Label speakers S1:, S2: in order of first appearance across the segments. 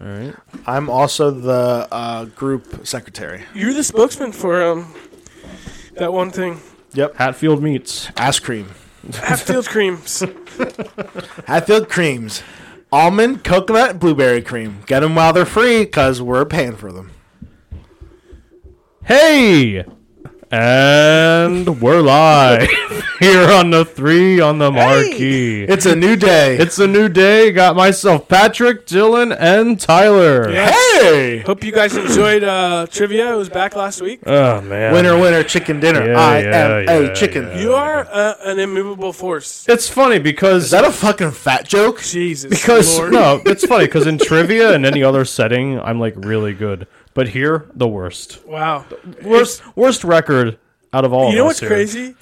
S1: All right.
S2: I'm also the uh, group secretary.
S3: You're the spokesman for um that one thing.
S2: Yep.
S1: Hatfield meats.
S2: Ass cream.
S3: Hatfield creams.
S2: Hatfield creams. Almond, coconut, and blueberry cream. Get them while they're free because we're paying for them.
S1: Hey, and we're live here on the three on the marquee.
S2: It's a new day.
S1: It's a new day. Got myself Patrick, Dylan, and Tyler.
S2: hey!
S3: Hope you guys enjoyed uh, trivia. It was back last week.
S1: Oh man,
S2: Winner, winner, chicken dinner.
S1: Yeah,
S2: I
S1: yeah,
S2: am a
S1: yeah,
S2: chicken.
S1: yeah.
S3: You are uh, an immovable force.
S1: It's funny because
S2: Is that a fucking fat joke?
S3: Jesus.
S1: because
S3: Lord.
S1: no, it's funny because in trivia and any other setting, I'm like really good, but here the worst,
S3: Wow.
S1: worst, worst record out of all.
S3: You
S1: of
S3: know
S1: us
S3: what's
S1: here.
S3: crazy?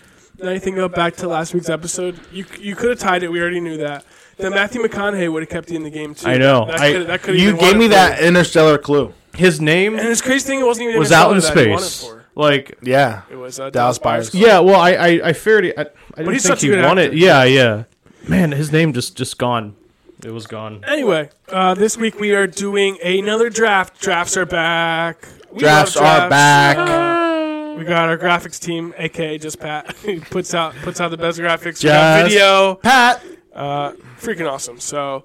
S3: Now you think about back to last week's episode. You you could have tied it. We already knew that. Then Matthew McConaughey would have kept you in the game too.
S1: I know.
S3: That
S1: I-
S3: coulda- that coulda
S2: You
S3: even won
S2: gave
S3: it
S2: me
S3: for
S2: that
S3: you.
S2: interstellar clue.
S1: His
S3: And
S1: name
S3: this crazy thing, it wasn't even
S1: was out in
S3: Interstellar that he won it
S1: space.
S3: for.
S1: Like
S2: Yeah.
S3: It was uh,
S2: Dallas
S3: Dallas
S2: Buyers
S3: Buyers.
S2: Club.
S1: Yeah, well, I I, I feared it. I, I didn't
S3: he's
S1: think
S3: such a
S1: he
S3: good
S1: won it.
S3: actor.
S1: Yeah, yeah. Man, his name just just gone. It was gone.
S3: Anyway, uh, this week we are doing another draft. Drafts are back. We
S2: Drafts
S3: love
S2: are back.
S3: Ah. We got our graphics team, aka just Pat, who puts out puts out the best graphics. We got
S2: Just
S3: video,
S2: Pat.
S3: uh, freaking awesome. So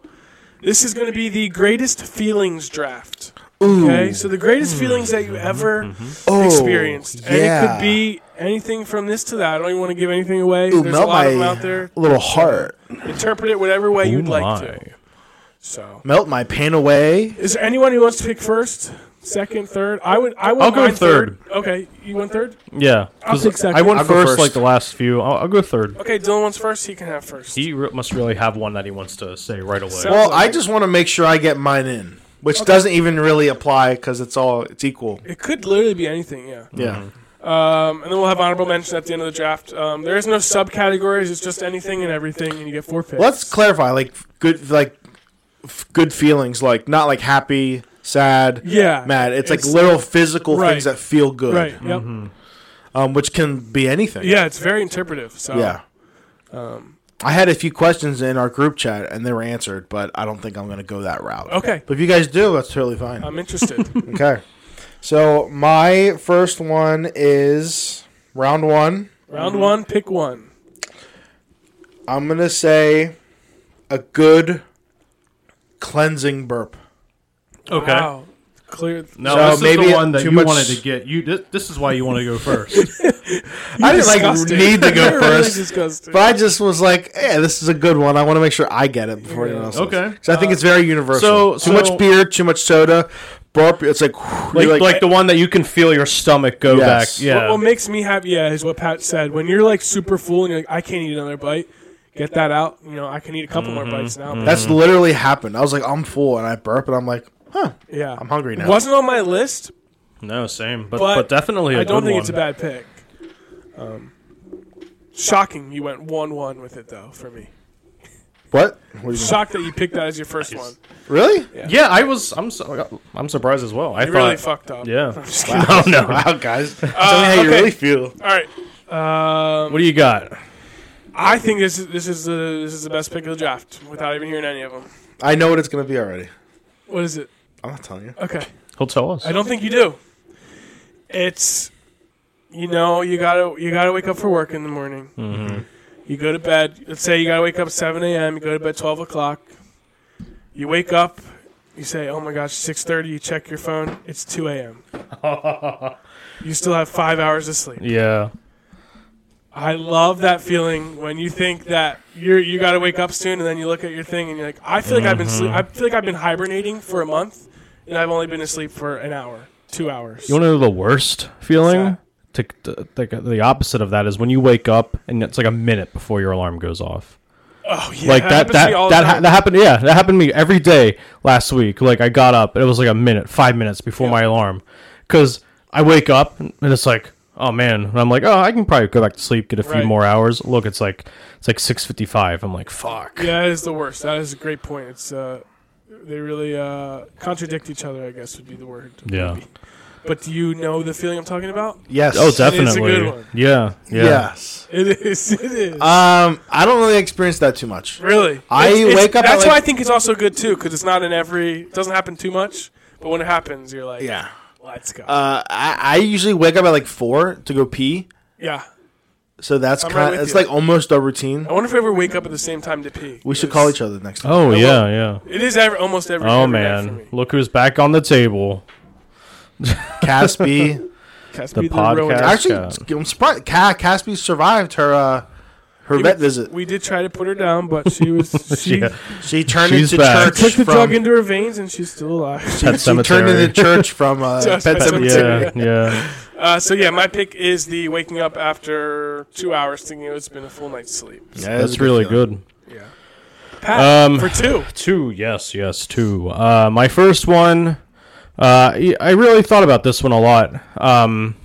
S3: this is going to be the greatest feelings draft.
S2: Ooh. Hmm.
S3: Okay, so the greatest feelings that you ever
S2: Oh,
S3: experienced, and it
S2: yeah.
S3: could be anything from this to that. I don't even want to give anything away.
S2: Ooh,
S3: There's a
S2: melt
S3: lot of them
S2: my
S3: out there.
S2: little heart.
S3: Interpret it whatever way you'd
S1: Oh
S3: like
S1: my.
S3: to. So
S2: Melt my pain away.
S3: Is there anyone who wants to pick first, second, third? I would. I would.
S1: I'll go
S3: mine
S1: third.
S3: Okay, you went third.
S1: Yeah, 'cause
S3: take second.
S1: I went
S2: I'll go
S1: first,
S2: first.
S1: like the last few. I'll, I'll go third.
S3: Okay, Dylan wants first. He can have first.
S1: He re- must really have one that he wants to say right away.
S3: So-
S2: Well, I just want to make sure I get mine in, which doesn't even really apply because it's all it's equal.
S3: it could literally be anything. Yeah.
S2: Yeah.
S3: Um, and then we'll have honorable mention at the end of the draft. Um, there is no subcategories. It's just anything and everything, and you get four picks.
S2: Let's clarify, like good, like f- good feelings, like not like happy, sad,
S3: Yeah.
S2: mad. It's,
S3: It's-
S2: like little physical
S3: Right.
S2: things that feel good,
S3: Right. Yep.
S1: Mm-hmm.
S2: um, which can be anything.
S3: Yeah. Um, It's very interpretive. So.
S2: Yeah. I had a few questions in our group chat and they were answered, but I don't think I'm going to go that route.
S3: Okay. Um,
S2: But if you guys do, that's totally fine.
S3: I'm interested.
S2: okay. So my first one is round one.
S3: Round one, pick one.
S2: I'm gonna say a good cleansing burp.
S1: Okay.
S3: Wow. Clear.
S1: No,
S2: So
S1: this is
S2: maybe
S1: the one that
S2: too
S1: you
S2: much-
S1: wanted to get. You this, this is why you want to go first.
S2: I didn't like
S3: Disgusting.
S2: need to go
S3: You're really
S2: first,
S3: disgusting.
S2: but I just was like, "Yeah, this is a good one. I want to make sure I get it before anyone else."
S1: Okay. Uh,
S2: So I think it's very universal.
S1: so-
S2: too
S1: so-
S2: much beer, too much soda, burp. It's like whew,
S1: like,
S2: you're
S1: like the one that you can feel your stomach go
S2: Yes.
S1: back. Yeah.
S3: What, what makes me happy, yeah, is what Pat said. When you're like super full and you're like, I can't eat another bite, get that out. You know, I can eat a couple more
S1: Mm-hmm.
S3: bites now. but
S2: that's literally happened. I was like, "I'm full," and I burp, and I'm like, "Huh,
S3: yeah,
S2: I'm hungry now."
S3: Wasn't on my list,
S1: no, same, but
S3: but,
S1: but, definitely. I
S3: I don't think
S1: one.
S3: it's a bad pick. Um, shocking, you went one-one with it though for me.
S2: What? what do you mean?
S3: Shocked that you picked that as your first one.
S2: Really?
S1: Yeah, I was. I'm. So, I'm surprised as well. I
S3: You
S1: thought.
S3: really fucked up.
S1: yeah.
S3: I'm just kidding.
S1: No, no.
S2: Wow, guys, tell me
S1: Uh,
S2: how you
S3: okay.
S2: really feel.
S3: All right. Um,
S1: What do you got?
S3: I think this is this is the this is the best pick of the draft without even hearing any of them.
S2: I know what it's gonna be already.
S3: What is it?
S2: I'm not telling you.
S3: Okay.
S1: He'll tell us.
S3: I don't think you do. It's you know you gotta you gotta wake up for work in the morning.
S1: Hmm.
S3: Mm-hmm. You go to bed. Let's say you gotta wake up at seven a.m. You go to bed twelve o'clock. You wake up. You say, "Oh my gosh, six thirty. You check your phone. It's two a.m. Mm-hmm. you still have five hours of sleep.
S1: Yeah.
S3: I love that feeling when you think that you're you got to wake up soon, and then you look at your thing and you're like, I feel like I've been sleep.
S1: Mm-hmm.
S3: I feel like I've been hibernating for a month, and I've only been asleep for an hour, two hours.
S1: You want to know the worst feeling?
S3: What's
S1: To, to, the- the opposite of that is when you wake up and it's like a minute before your alarm goes off.
S3: Oh yeah,
S1: like that
S3: happens to
S1: that
S3: me all
S1: that,
S3: the
S1: ha-
S3: time.
S1: that happened. Yeah, that happened to me every day last week. Like I got up and it was like a minute, five minutes before my alarm, because I wake up and it's like, oh man, and I'm like, oh, I can probably go back to sleep, get a few
S3: Right.
S1: more hours. Look, it's like it's like six fifty five. I'm like, fuck.
S3: Yeah, that is the worst. That is a great point. It's uh, they really uh contradict each other. I guess would be the word.
S1: Yeah.
S3: But do you know the feeling I'm talking about?
S2: Yes.
S1: Oh,
S3: a good
S1: definitely.
S3: one.
S1: Yeah, yeah.
S2: Yes.
S3: It is. It is.
S2: Um, I don't really experience that too much.
S3: really.
S2: I
S3: It's- it's-
S2: wake up at,
S3: That's why I
S2: like-
S3: think it's also good too, because it's not in every. It doesn't happen too much, but when it happens, you're like,
S2: Yeah.
S3: let's go.
S2: Uh, I, I usually wake up at like four to go pee,
S3: yeah.
S2: so that's
S3: I'm right
S2: kind.
S3: with
S2: of it's
S3: you.
S2: like almost our routine.
S3: I wonder if we ever wake up at the same time to pee.
S2: We should call each other next time.
S1: Oh yeah, yeah.
S3: It is every, almost every.
S1: Oh
S3: every night for
S1: man,
S3: me.
S1: look who's back on the table.
S2: Caspy.
S3: That's
S1: The
S3: be real one.
S1: podcast.
S2: Actually,
S1: Cat.
S2: I'm surprised. Ca- Caspy survived her uh, her
S3: We-
S2: vet visit.
S3: We did try to put her down, but she was she
S1: Yeah.
S2: She turned
S1: She's
S2: into
S1: back.
S2: church.
S3: took the
S2: from,
S3: drug into her veins, and she's still alive.
S1: Pet
S2: she turned
S1: Cemetery.
S2: into church from uh,
S3: Just
S2: Pet
S3: Pet
S2: Cemetery.
S1: yeah,
S3: Cemetery.
S1: yeah.
S3: Uh, so yeah, my pick is the waking up after two hours thinking it's been a full night's sleep.
S1: That's really good.
S3: Yeah. Pat,
S1: Um,
S3: for two.
S1: Two, yes, yes, two. Uh, my first one, uh, y- I really thought about this one a lot. Um,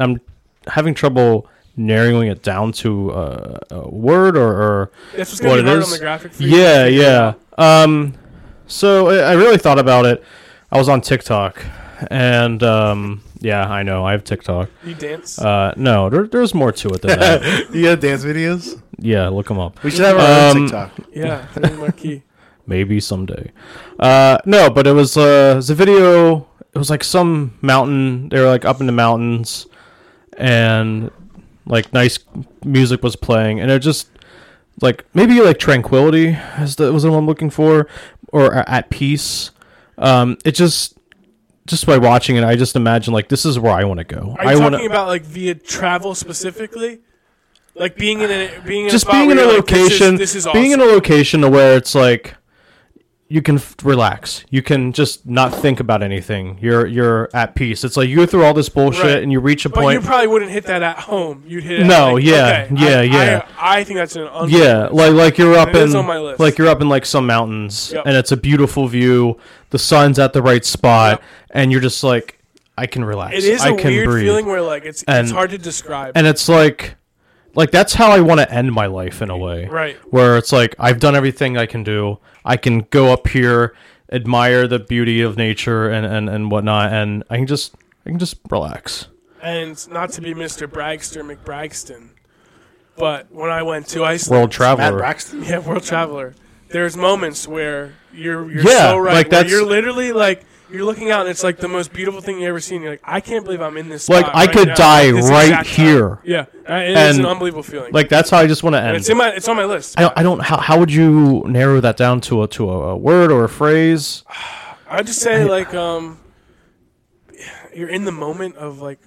S1: I'm having trouble narrowing it down to uh, a word or, or
S3: That's what's gonna
S1: what
S3: be
S1: it
S3: hard
S1: is?
S3: on the graphic for you.
S1: yeah, yeah. Um, so I, I really thought about it. I was on TikTok, and um, yeah, I know I have TikTok.
S3: You dance.
S1: Uh, no, there, there's more to it than that.
S2: You have dance videos?
S1: yeah, look them up.
S2: We should have our
S1: Um,
S2: own TikTok.
S3: yeah, Tony Marquis.
S1: maybe someday. Uh, no, but it was, uh, it was a video. It was like some mountain. They were like up in the mountains, and like nice music was playing, and it just like maybe like tranquility is the, was the one I'm looking for, or a- at peace. Um, it just just by watching it, I just imagine like this is where I want to go.
S3: Are you
S1: I
S3: talking
S1: want to
S3: about like via travel specifically? Like being in a being in
S1: just
S3: a
S1: being in a
S3: location.
S1: location,
S3: this is,
S1: being in
S3: awesome.
S1: a location to where it's like you can f- relax, you can just not think about anything. You're you're at peace. It's like you go through all this bullshit
S3: Right.
S1: and you reach a
S3: But
S1: point.
S3: you probably wouldn't hit that at home. You'd hit it.
S1: No,
S3: like,
S1: yeah,
S3: okay,
S1: yeah,
S3: I,
S1: yeah.
S3: I, I think that's an un-
S1: yeah, like like you're up
S3: It is
S1: in
S3: on my list.
S1: like you're up in like some mountains
S3: Yep.
S1: and it's a beautiful view. The sun's at the right spot and you're just like I can relax.
S3: It is
S1: I
S3: a
S1: can
S3: weird
S1: breathe.
S3: feeling where like it's
S1: And-
S3: it's hard to describe.
S1: and it's like like that's how I want to end my life in a way.
S3: Right.
S1: Where it's like I've done everything I can do. I can go up here, admire the beauty of nature and and and whatnot, and I can just I can just relax.
S3: and not to be Mr. Bragster McBragston, but when I went to Iceland,
S1: World
S2: Matt
S1: traveler.
S2: Braxton.
S3: yeah, world traveler, there's moments where you're you're
S1: Yeah,
S3: so right,
S1: like,
S3: where
S1: that's-
S3: you're literally like you're looking out and it's like the most beautiful thing you ever seen. You're like, I can't believe I'm in this.
S1: Like,
S3: spot
S1: I
S3: right
S1: could
S3: now,
S1: die
S3: at this
S1: right
S3: exact time."
S1: here.
S3: Yeah, uh, it is an
S1: And,
S3: unbelievable feeling.
S1: Like that's how I just want to
S3: And
S1: end.
S3: it's in my it's on my list.
S1: I don't, I don't how, how would you narrow that down to a to a, a word or a phrase?
S3: I would just say like um, you're in the moment of like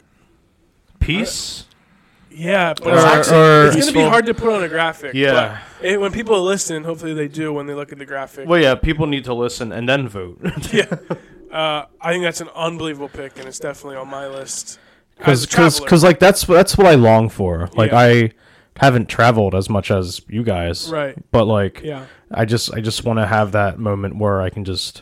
S1: Peace?
S3: Yeah, but
S1: Or-
S3: it's, actually,
S1: or-
S3: it's going to be
S1: Peaceful.
S3: hard to put on a graphic.
S1: Yeah.
S3: but it- when people listen, hopefully they do when they look at the graphic.
S1: Well yeah, people need to listen and then vote.
S3: Yeah. uh, I think that's an unbelievable pick, and it's definitely on my list. As a
S1: because
S3: traveler.
S1: because like that's that's what I long for. Like
S3: Yeah.
S1: I haven't traveled as much as you guys,
S3: Right.
S1: But like,
S3: Yeah.
S1: I just I just want to have that moment where I can just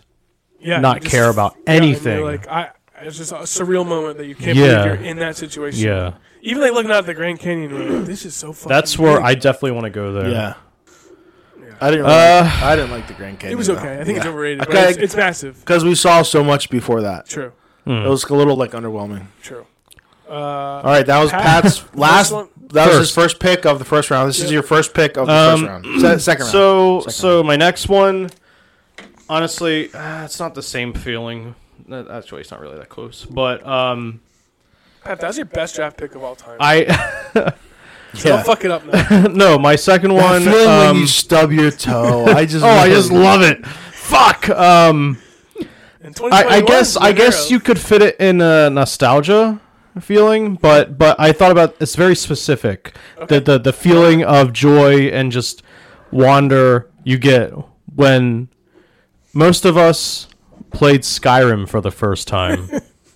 S3: Yeah.
S1: not
S3: you just-
S1: care about
S3: yeah, and you're
S1: anything.
S3: like I, it's just a surreal moment that you can't
S1: Yeah.
S3: believe you're in that situation.
S1: yeah.
S3: Even like looking out at the Grand Canyon, you're like, this is so fucking.
S1: That's where
S3: big.
S1: I definitely want to go there.
S2: Yeah. I didn't. Really, I didn't like the Grand Canyon.
S3: It was
S2: though.
S3: okay. I think it's
S2: Yeah.
S3: overrated. But
S2: Okay.
S3: it's, it's massive.
S2: Because we saw so much before that.
S3: True.
S1: Hmm.
S2: It was a little like underwhelming.
S3: True. Uh,
S2: All right, that was
S3: Pat-
S2: Pat's last.
S3: one?
S2: That was his
S1: First.
S2: first pick of the first round. This is
S3: Yeah.
S2: your first pick of the
S1: Um,
S2: first round. Se- second round.
S1: So
S2: Second
S1: so my next one, honestly, uh, it's not the same feeling. That- Actually, it's not really that close, but um,
S3: Pat, that's your best draft pick of all time.
S1: I
S3: Don't fuck it up now.
S1: no my second
S2: That
S1: one.
S2: feeling when
S1: Um,
S2: you stub your toe. I just.
S1: oh, I just love it. Fuck. Um.
S3: In
S1: I, I
S3: 2021,
S1: guess I guess
S3: Romero.
S1: you could fit it in a nostalgia feeling, but but I thought about it's very specific.
S3: Okay.
S1: The, the the feeling of joy and just wonder you get when most of us played Skyrim for the first time.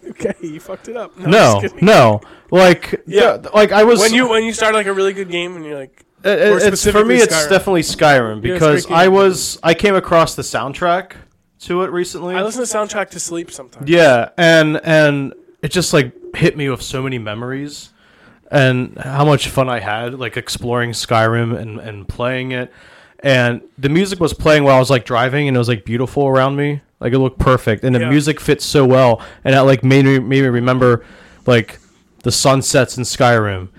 S3: Okay, you fucked it up.
S1: no,
S3: just kidding.
S1: no, like
S3: Yeah.
S1: yeah, like I was
S3: When you when you start like a really good game and you're like,
S1: it- it-
S3: or
S1: it's for me
S3: specifically
S1: it's
S3: Skyrim.
S1: definitely Skyrim
S3: Yeah, it's
S1: because
S3: great
S1: I
S3: game.
S1: was I came across the soundtrack to it recently.
S3: I listen to soundtrack to sleep sometimes.
S1: Yeah, and and it just like hit me with so many memories and how much fun I had like exploring Skyrim and and playing it. And the music was playing while I was like driving and it was like beautiful around me. Like it looked perfect, and the
S3: Yeah.
S1: music fits so well, and that like made me made me remember like the sunsets in Skyrim.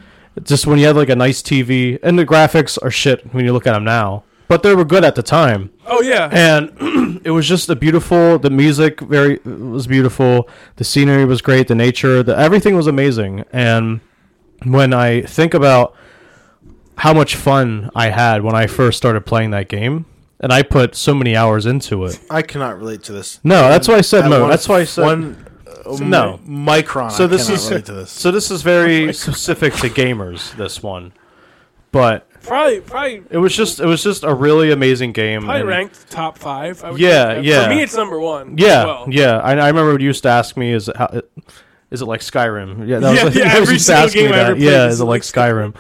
S1: Just when you had like a nice TV, and the graphics are shit when you look at them now, but they were good at the time
S3: Oh yeah,
S1: and it was just a beautiful the music very was beautiful the scenery was great the nature the everything was amazing and when i think about how much fun i had when i first started playing that game and i put so many hours into it
S2: I cannot relate to this.
S1: no that's why i said
S2: At
S1: no
S2: one-
S1: that's why i said
S2: one uh,
S1: No.
S2: micron.
S1: so this
S2: cannot
S1: is
S2: relate to this.
S1: so this is very specific to gamers this one but
S3: probably probably
S1: it was just it was just a really amazing game
S3: probably
S1: and-
S3: ranked top five. I would
S1: Yeah,
S3: think.
S1: yeah.
S3: For me, it's number one. as
S1: Yeah,
S3: well.
S1: yeah. I, I remember you used to ask me, is it how, is it like Skyrim? Yeah, that
S3: Yeah,
S1: was,
S3: yeah,
S1: you
S3: every
S1: used to
S3: single
S1: ask me
S3: game I
S1: that.
S3: ever played
S1: Yeah,
S3: is
S1: is it like
S3: like
S1: Skyrim?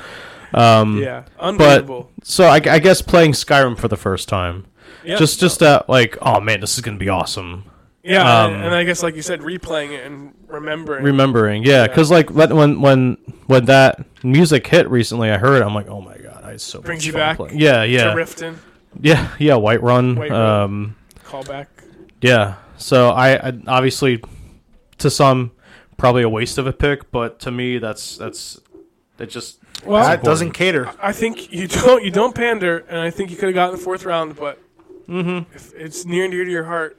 S1: Um,
S3: yeah,
S1: but
S3: unbelievable.
S1: so I, I guess playing Skyrim for the first time,
S3: Yeah.
S1: just just that like, oh man, this is gonna be awesome.
S3: yeah,
S1: um,
S3: and, and I guess like you said, replaying it and remembering.
S1: Remembering, yeah,
S3: Yeah.
S1: because like let- when when when that music hit recently, I heard it, I'm like, oh my god, I so
S3: Brings
S1: much
S3: you
S1: fun
S3: back
S1: playing. Yeah,
S3: to
S1: yeah,
S3: Riften,
S1: yeah, yeah. White Run.
S3: Whiterun.
S1: Um,
S3: callback.
S1: Yeah. So I, I obviously, to some, probably a waste of a pick, but to me, that's that's that just
S3: Well,
S2: that doesn't cater.
S3: I think you don't you don't pander, and I think you could have gotten the fourth round, but
S1: Mm-hmm.
S3: if it's near and dear to your heart.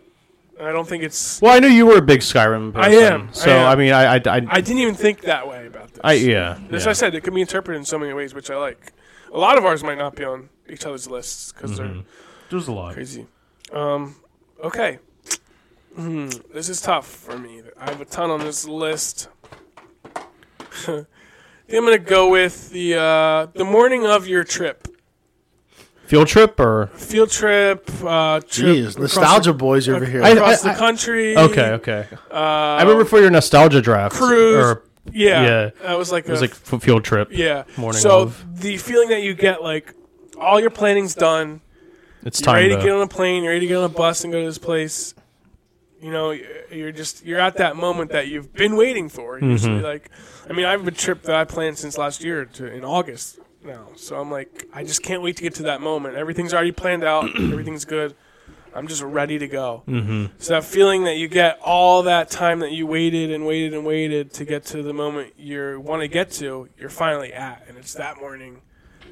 S3: and I don't think it's.
S1: Well, I knew you were a big Skyrim person.
S3: I am, I
S1: So
S3: am.
S1: I mean, I I I,
S3: I didn't even think that way about this.
S1: I- yeah.
S3: As
S1: yeah.
S3: I said, it can be interpreted in so many ways, which I like. A lot of ours might not be on each other's lists because they're
S1: Mm-hmm. there's a lot.
S3: crazy. Um, okay. Hmm, this is tough for me. I have a ton on this list. I am gonna go with the uh, the morning of your trip,
S1: Field trip or
S3: field trip, uh, trip
S2: Jeez,
S3: across
S2: nostalgia boys
S3: the,
S2: over here.
S1: I-
S3: across the country.
S1: okay, okay.
S3: Uh,
S1: I remember for your nostalgia draft
S3: cruise.
S1: Or,
S3: yeah,
S1: yeah.
S3: that was like
S1: it was
S3: a
S1: like f- field trip.
S3: Yeah.
S1: Morning
S3: so
S1: of.
S3: the feeling that you get, like all your planning's done,
S1: It's
S3: you're ready
S1: time
S3: to get
S1: to.
S3: on a plane, you're ready to get on a bus and go to this place. You know, y- you're just you're at that moment that you've been waiting for. Usually,
S1: Mm-hmm.
S3: like, I mean, I have a trip that I planned since last year to, in August now, so I'm like, I just can't wait to get to that moment. Everything's already planned out. everything's good. I'm just ready to go. Mm-hmm. So that feeling that you get all that time that you waited and waited and waited to get to the moment you want to get to, you're finally at, and it's that morning.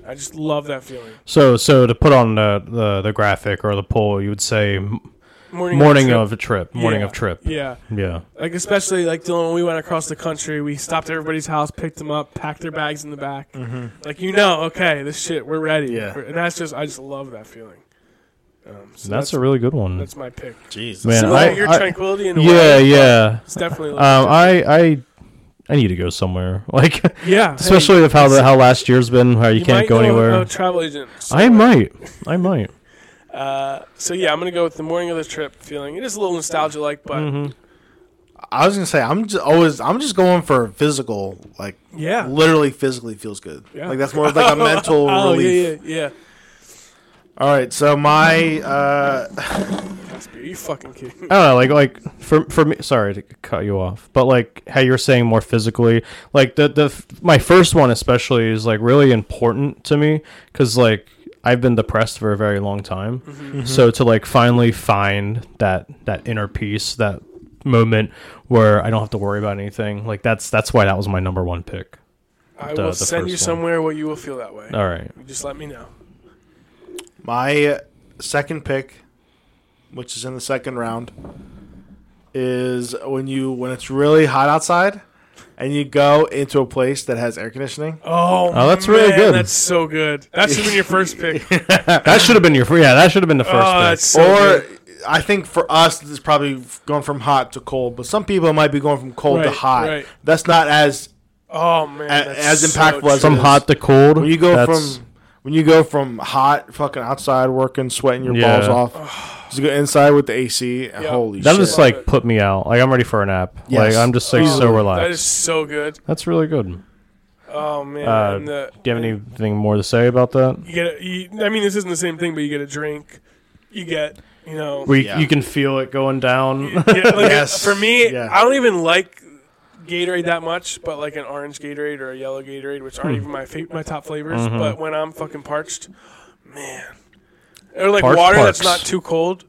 S3: I just love that feeling.
S1: So so to put on the, the the graphic or the poll, you would say m-
S3: Morning,
S1: morning
S3: trip.
S1: of a trip, morning
S3: Yeah.
S1: of trip.
S3: Yeah.
S1: Yeah.
S3: Like especially like Dylan, when we went across the country, we stopped at everybody's house, picked them up, packed their bags in the back.
S1: Mm-hmm.
S3: Like you know, okay, this shit, we're ready.
S2: Yeah.
S3: and that's just I just love that feeling. Um, so
S1: That's, a really good one.
S3: that's my pick.
S2: Jeez,
S1: Man,
S3: So
S1: I-
S3: your
S1: I-
S3: tranquility and
S1: yeah, yeah.
S3: it's definitely like,
S1: Um, I, I, I need to go somewhere. Like,
S3: yeah, hey,
S1: especially with how the, how last year's been, how you, can't
S3: might
S1: go
S3: know
S1: anywhere.
S3: a travel agent.
S1: I might, I might.
S3: Uh, so yeah, I'm gonna go with the morning of the trip feeling. It is a little nostalgia like, but
S1: Mm-hmm.
S2: I was gonna say I'm just always I'm just going for physical, like
S3: yeah,
S2: literally physically feels good.
S3: Yeah.
S2: Like that's more of like a mental
S3: oh
S2: relief.
S3: yeah, yeah,
S2: All right, so my uh,
S3: yeah. Are you fucking kidding? me?
S1: I don't know, like like for for me. Sorry to cut you off, but like how you're saying more physically, like the the f- my first one especially is like really important to me because like I've been depressed for a very long time,
S3: Mm-hmm.
S1: so to like finally find that that inner peace that moment where I don't have to worry about anything, like that's that's why that was my number one pick.
S3: I
S1: The-
S3: will
S1: the
S3: send you
S1: first one.
S3: somewhere where you will feel that way.
S1: All right.
S3: You Just let me know.
S2: my second pick, which is in the second round, is when you when it's really hot outside, and you go into a place that has air conditioning.
S3: Oh,
S1: Oh, that's really
S3: man,
S1: good.
S3: That's so good. That should have been your first pick. First
S1: That should have been your fir- yeah. That should have been the first.
S3: oh,
S1: pick.
S3: that's so
S2: or
S3: good.
S2: I think for us, this is probably going from hot to cold, but some people might be going from cold to
S3: Right,
S2: hot.
S3: right.
S2: That's not as
S3: oh man, that's
S2: as
S3: so
S2: impactful
S3: true.
S2: as
S1: from
S2: is.
S1: hot to cold.
S2: when you go
S1: that's-
S2: from when you go from hot fucking outside working, sweating your
S1: Yeah.
S2: balls off, just go inside with the AC. and
S3: Yeah.
S2: Holy
S1: that
S2: shit!
S1: just like put me out. Like I'm ready for a nap.
S2: Yes.
S1: Like I'm just like so
S3: Oh,
S1: relaxed.
S3: That is so good.
S1: that's really good.
S3: Oh man,
S1: Uh,
S3: and the,
S1: Do you have anything more to say about that?
S3: You get. A, you, I mean, this isn't the same thing, but you get a drink. You get. You know.
S1: Where you,
S2: Yeah.
S1: you can feel it going down.
S3: yeah, like,
S2: Yes.
S3: For me,
S2: Yeah.
S3: I don't even like Gatorade that much, but like an orange Gatorade or a yellow Gatorade, which
S2: Hmm.
S3: aren't even my fa- my top flavors.
S2: Mm-hmm.
S3: But when I'm fucking parched, man, or like
S1: Parched
S3: water
S1: parks.
S3: that's not too cold.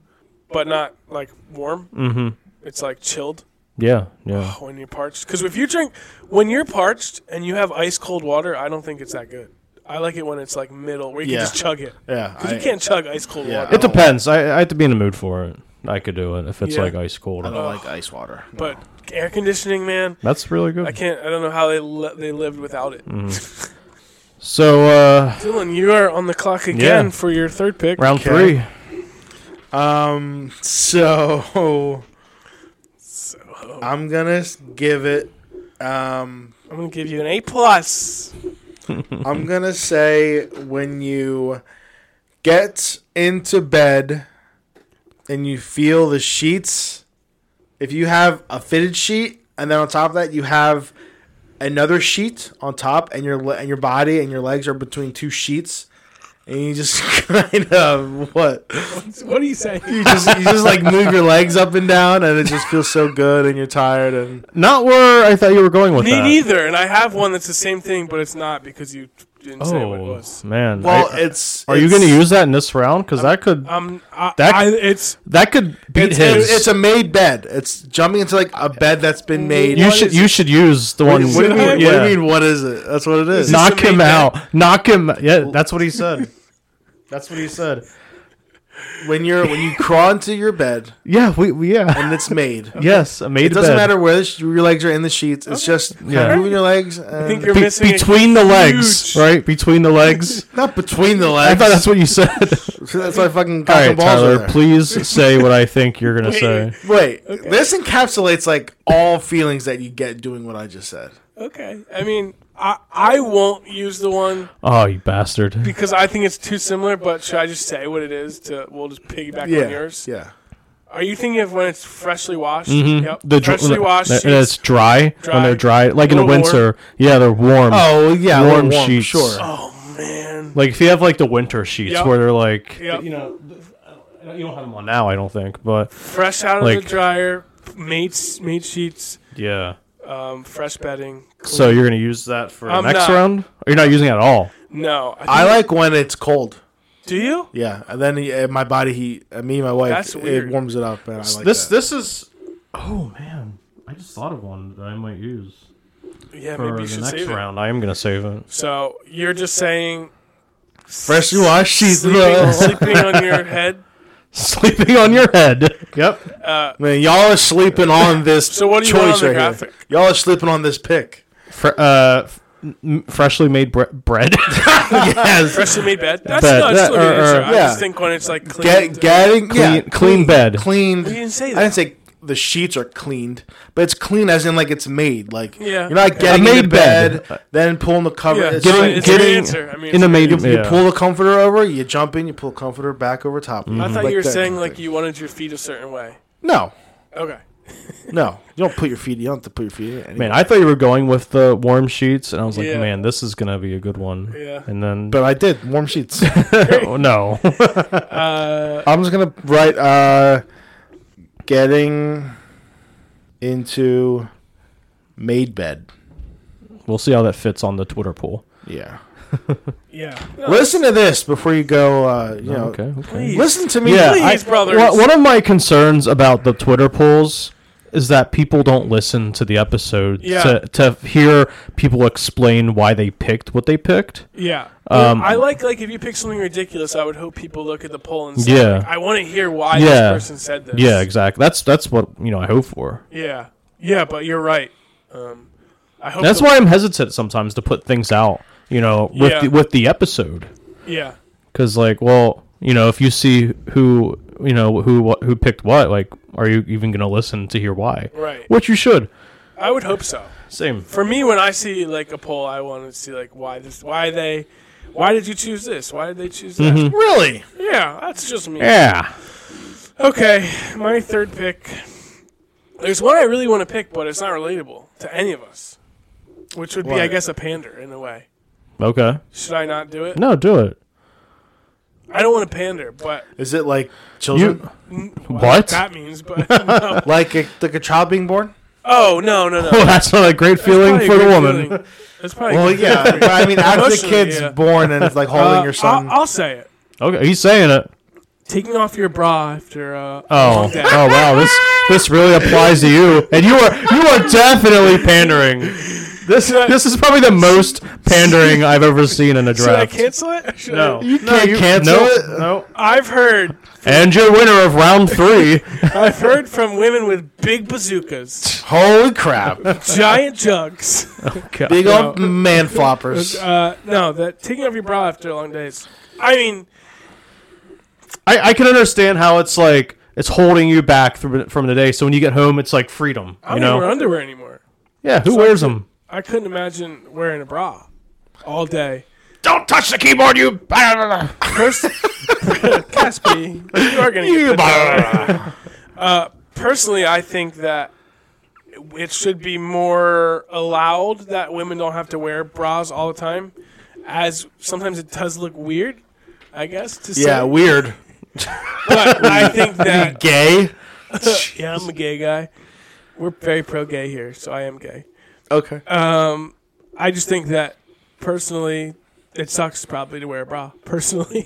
S3: but not like warm.
S1: Mm-hmm.
S3: It's like chilled
S1: Yeah, yeah.
S3: when you're parched. Because if you drink when you're parched and you have ice cold water, I don't think it's that good. I like it when it's like middle where you
S2: Yeah.
S3: can just chug it.
S2: Yeah,
S3: Because
S2: I-
S3: you can't chug ice cold
S2: Yeah.
S3: water.
S1: It depends. I, I have to be in the mood for it. I could do it if it's
S3: Oh. Yeah.
S1: like ice cold.
S2: I
S1: Or,
S2: don't like ice water.
S3: Uh, But air conditioning, man,
S1: that's really
S3: I
S1: good.
S3: can't. I don't know how they li- they lived without it.
S1: Mm-hmm. So uh,
S3: Dylan, you are on the clock again
S1: Yeah.
S3: for your third pick.
S1: round
S2: Okay.
S1: three.
S2: Um, so I'm gonna s- give it. Um,
S3: I'm gonna give you an A plus.
S2: I'm gonna say when you get into bed and you feel the sheets. If you have a fitted sheet, and then on top of that you have another sheet on top, and your le- and your body and your legs are between two sheets, and you just kind of what
S3: What are you saying?
S2: you just you just like move your legs up and down, and it just feels so good, and you're tired, and
S1: Not where I thought you were going with
S3: Me
S1: that.
S3: neither, and I have one that's the same thing, but it's not because you didn't say what it
S1: Oh
S3: was.
S1: man.
S2: well,
S1: I-
S2: it's.
S1: are you
S2: it's-
S1: going to use that in this round? Because that could
S3: Um, I,
S1: That-
S3: I, it's
S1: that could beat
S2: It's,
S1: his.
S2: it's a made bed. It's jumping into like a bed that's been made.
S1: you
S3: What
S1: should
S3: is
S1: you should use the
S2: what,
S1: one.
S2: do you- what do you mean?
S1: Yeah.
S2: What do you mean? What is it? That's what it is.
S3: Is this-
S1: Knock
S3: a
S1: him
S3: made
S1: out. Knock him. Yeah, that's what he said. that's what he said.
S2: when you're when you crawl into your bed
S1: Yeah, we, we yeah.
S2: and it's made.
S1: Yes, a made
S2: It doesn't
S1: bed.
S2: matter where the sh- your legs are in the sheets. It's just kind of
S1: Yeah.
S2: moving your legs. And
S3: I think you're
S1: Be-
S3: missing a
S1: between the legs,
S3: huge-
S1: right? Between the legs.
S2: not between the legs.
S1: I thought that's what you said.
S2: that's why fucking cotton
S1: All right,
S2: balls are
S1: Tyler,
S2: there.
S1: please say what I think you're gonna say.
S2: Wait, this encapsulates like all feelings that you get doing what I just said.
S3: Okay, I mean, I I won't use the one
S1: Oh, you bastard!
S3: because I think it's too similar. But should I just say what it is? To we'll just piggyback
S2: Yeah,
S3: on yours.
S2: yeah.
S3: Are you thinking of when it's freshly washed? Yep.
S1: Mm-hmm. The dr-
S3: freshly washed.
S1: and
S3: sheets.
S1: it's dry, when
S3: Dry.
S1: they're dry, like in the
S3: Little warm.
S1: winter. Yeah, they're warm.
S2: Oh yeah,
S1: warm,
S2: warm
S1: sheets.
S2: Sure.
S3: oh man.
S1: Like if you have like the winter sheets
S3: Yep.
S1: where they're like,
S3: Yep.
S1: you know, you don't have them on now, I don't think. But
S3: Fresh out of
S1: like-
S3: the dryer, made s- made sheets,
S1: yeah.
S3: um, fresh bedding.
S1: So you're gonna use that for the
S3: I'm
S1: next
S3: not.
S1: round? You're not using it at all.
S3: No,
S2: I
S3: think-
S2: like when it's cold.
S3: Do you?
S2: Yeah, and then uh, my body heat. Uh, me and my wife.
S3: That's weird.
S2: It warms it up, and I like
S1: this
S2: that.
S1: this is. Oh man, I just thought of one that I might use
S3: Yeah,
S1: for
S3: maybe you
S1: the
S3: should
S1: next
S3: save
S1: round. I am gonna save it.
S3: it. So you're just saying
S2: freshly washed sheets,
S3: sleeping,
S2: bro.
S3: sleeping on your head.
S1: Sleeping on your head. Yep.
S2: Man, y'all are sleeping on this
S3: So what do you
S2: choice
S3: want on the
S2: right here.
S3: graphic?
S2: Y'all are sleeping on this pick.
S1: Fre- uh, f- m- freshly made bre- bread.
S2: yes.
S3: Freshly made bed. That's
S1: Bed,
S3: not
S1: that-
S3: still a good
S1: or-
S3: answer.
S1: or-
S3: I just
S2: yeah.
S3: think when it's like clean.
S2: Get, getting yeah,
S1: Clean- clean bed.
S2: cleaned.
S3: You didn't say
S2: I didn't
S3: that.
S2: say the sheets are cleaned, but it's clean as in like it's made. Like
S3: Yeah.
S2: you're not
S1: Okay.
S2: getting
S1: A made
S2: into
S1: bed.
S2: bed, then pulling the cover.
S3: Yeah,
S2: It's
S3: so
S1: Getting-
S2: like-
S3: it's a good
S1: getting
S3: answer. I mean,
S1: in
S3: it's
S1: a
S3: a
S1: made.
S3: good
S2: you
S1: yeah.
S2: pull the comforter over, you jump in, you pull the comforter back over top. of you.
S3: I thought
S2: Like
S3: you were
S2: that
S3: saying
S2: kind of
S3: like
S2: thing.
S3: you wanted your feet a certain way.
S2: Mm-hmm. no,
S3: Okay.
S2: no, you don't put your feet. You don't have to put your feet. In
S1: Man, I thought you were going with the warm sheets, and I was like,
S3: Yeah.
S1: man, this is gonna be a good one.
S3: Yeah.
S1: And then,
S2: but I did warm sheets.
S1: oh, no.
S3: Uh,
S2: I'm just gonna write uh, getting into made bed.
S1: we'll see how that fits on the Twitter poll.
S2: Yeah.
S3: yeah.
S2: Listen to this before you go. Uh, you know,
S1: okay. Okay.
S3: Please.
S2: listen to me.
S1: Yeah,
S3: Please, brothers.
S1: Well, one of my concerns about the Twitter polls is that people don't listen to the episode
S3: Yeah.
S1: to, to hear people explain why they picked what they picked.
S3: yeah.
S1: Um,
S3: I like like if you pick something ridiculous, I would hope people look at the poll and say,
S1: Yeah.
S3: like, I want to hear why
S1: Yeah.
S3: this person said this.
S1: Yeah, exactly. That's that's what you know. I hope for.
S3: Yeah. Yeah, but you're right. Um, I hope
S1: That's
S3: the-
S1: why I'm hesitant sometimes to put things out. You know, with
S3: Yeah.
S1: the, with the episode,
S3: Yeah.
S1: because like, well, you know, if you see who you know who what, who picked what, like, are you even going to listen to hear why?
S3: Right.
S1: Which you should.
S3: I would hope so.
S1: Same.
S3: For me, when I see like a poll, I want to see like why this, why they, why did you choose this? Why did they choose that?
S2: Really?
S3: Yeah, that's just me.
S1: Mm-hmm. Yeah.
S3: Okay, my third pick. There's one I really want to pick, but it's not relatable to any of us, which would be, I
S2: What?
S3: guess, a pander in a way.
S1: Okay.
S3: Should I not do it?
S1: No, do it.
S3: I don't want to pander, but
S2: Is it like children?
S1: You-
S3: what
S1: What?
S3: that means. But no.
S2: like a, like a child being born?
S3: oh no, no, no.
S1: Well, that's not a great feeling
S3: Probably a
S1: for the
S3: good
S1: woman.
S3: feeling. That's probably.
S2: Well, yeah. but I mean, after the
S3: Oh, Emotionally,
S2: kid's
S3: yeah. Uh,
S2: born and it's like holding your son.
S3: I'll, I'll say it.
S1: Okay, he's saying it.
S3: taking off your bra after. Uh,
S1: Oh,
S3: Okay.
S1: oh wow! This this really applies to you, and you are you are definitely pandering. This this is probably the most pandering I've ever seen in a
S3: should I
S1: draft.
S3: cancel it? Should
S1: no,
S3: I-
S2: You
S1: no,
S2: can't cancel
S1: no,
S2: it.
S1: No,
S3: I've heard.
S1: and your winner of round three.
S3: I've heard from women with big bazookas,
S2: Holy crap!
S3: giant jugs.
S2: Big
S3: No.
S2: old man floppers.
S3: Uh, no, that taking off your bra after long days. I mean,
S1: I, I can understand how it's like it's holding you back through, from the day. So when you get home, it's like freedom.
S3: I don't
S1: you know?
S3: even wear underwear anymore.
S1: yeah. Who
S3: like-
S1: wears them?
S3: I couldn't imagine wearing a bra all day.
S1: Don't touch the keyboard, you.
S3: First, Caspi, you are going to get Uh, personally, I think that it should be more allowed that women don't have to wear bras all the time, as sometimes it does look weird. I guess to say.
S2: Yeah, weird.
S3: but I think that
S2: Gay.
S3: yeah, I'm a gay guy. We're very pro gay here, so I am gay.
S2: Okay.
S3: Um, I just think that personally, it sucks probably to wear a bra. Personally,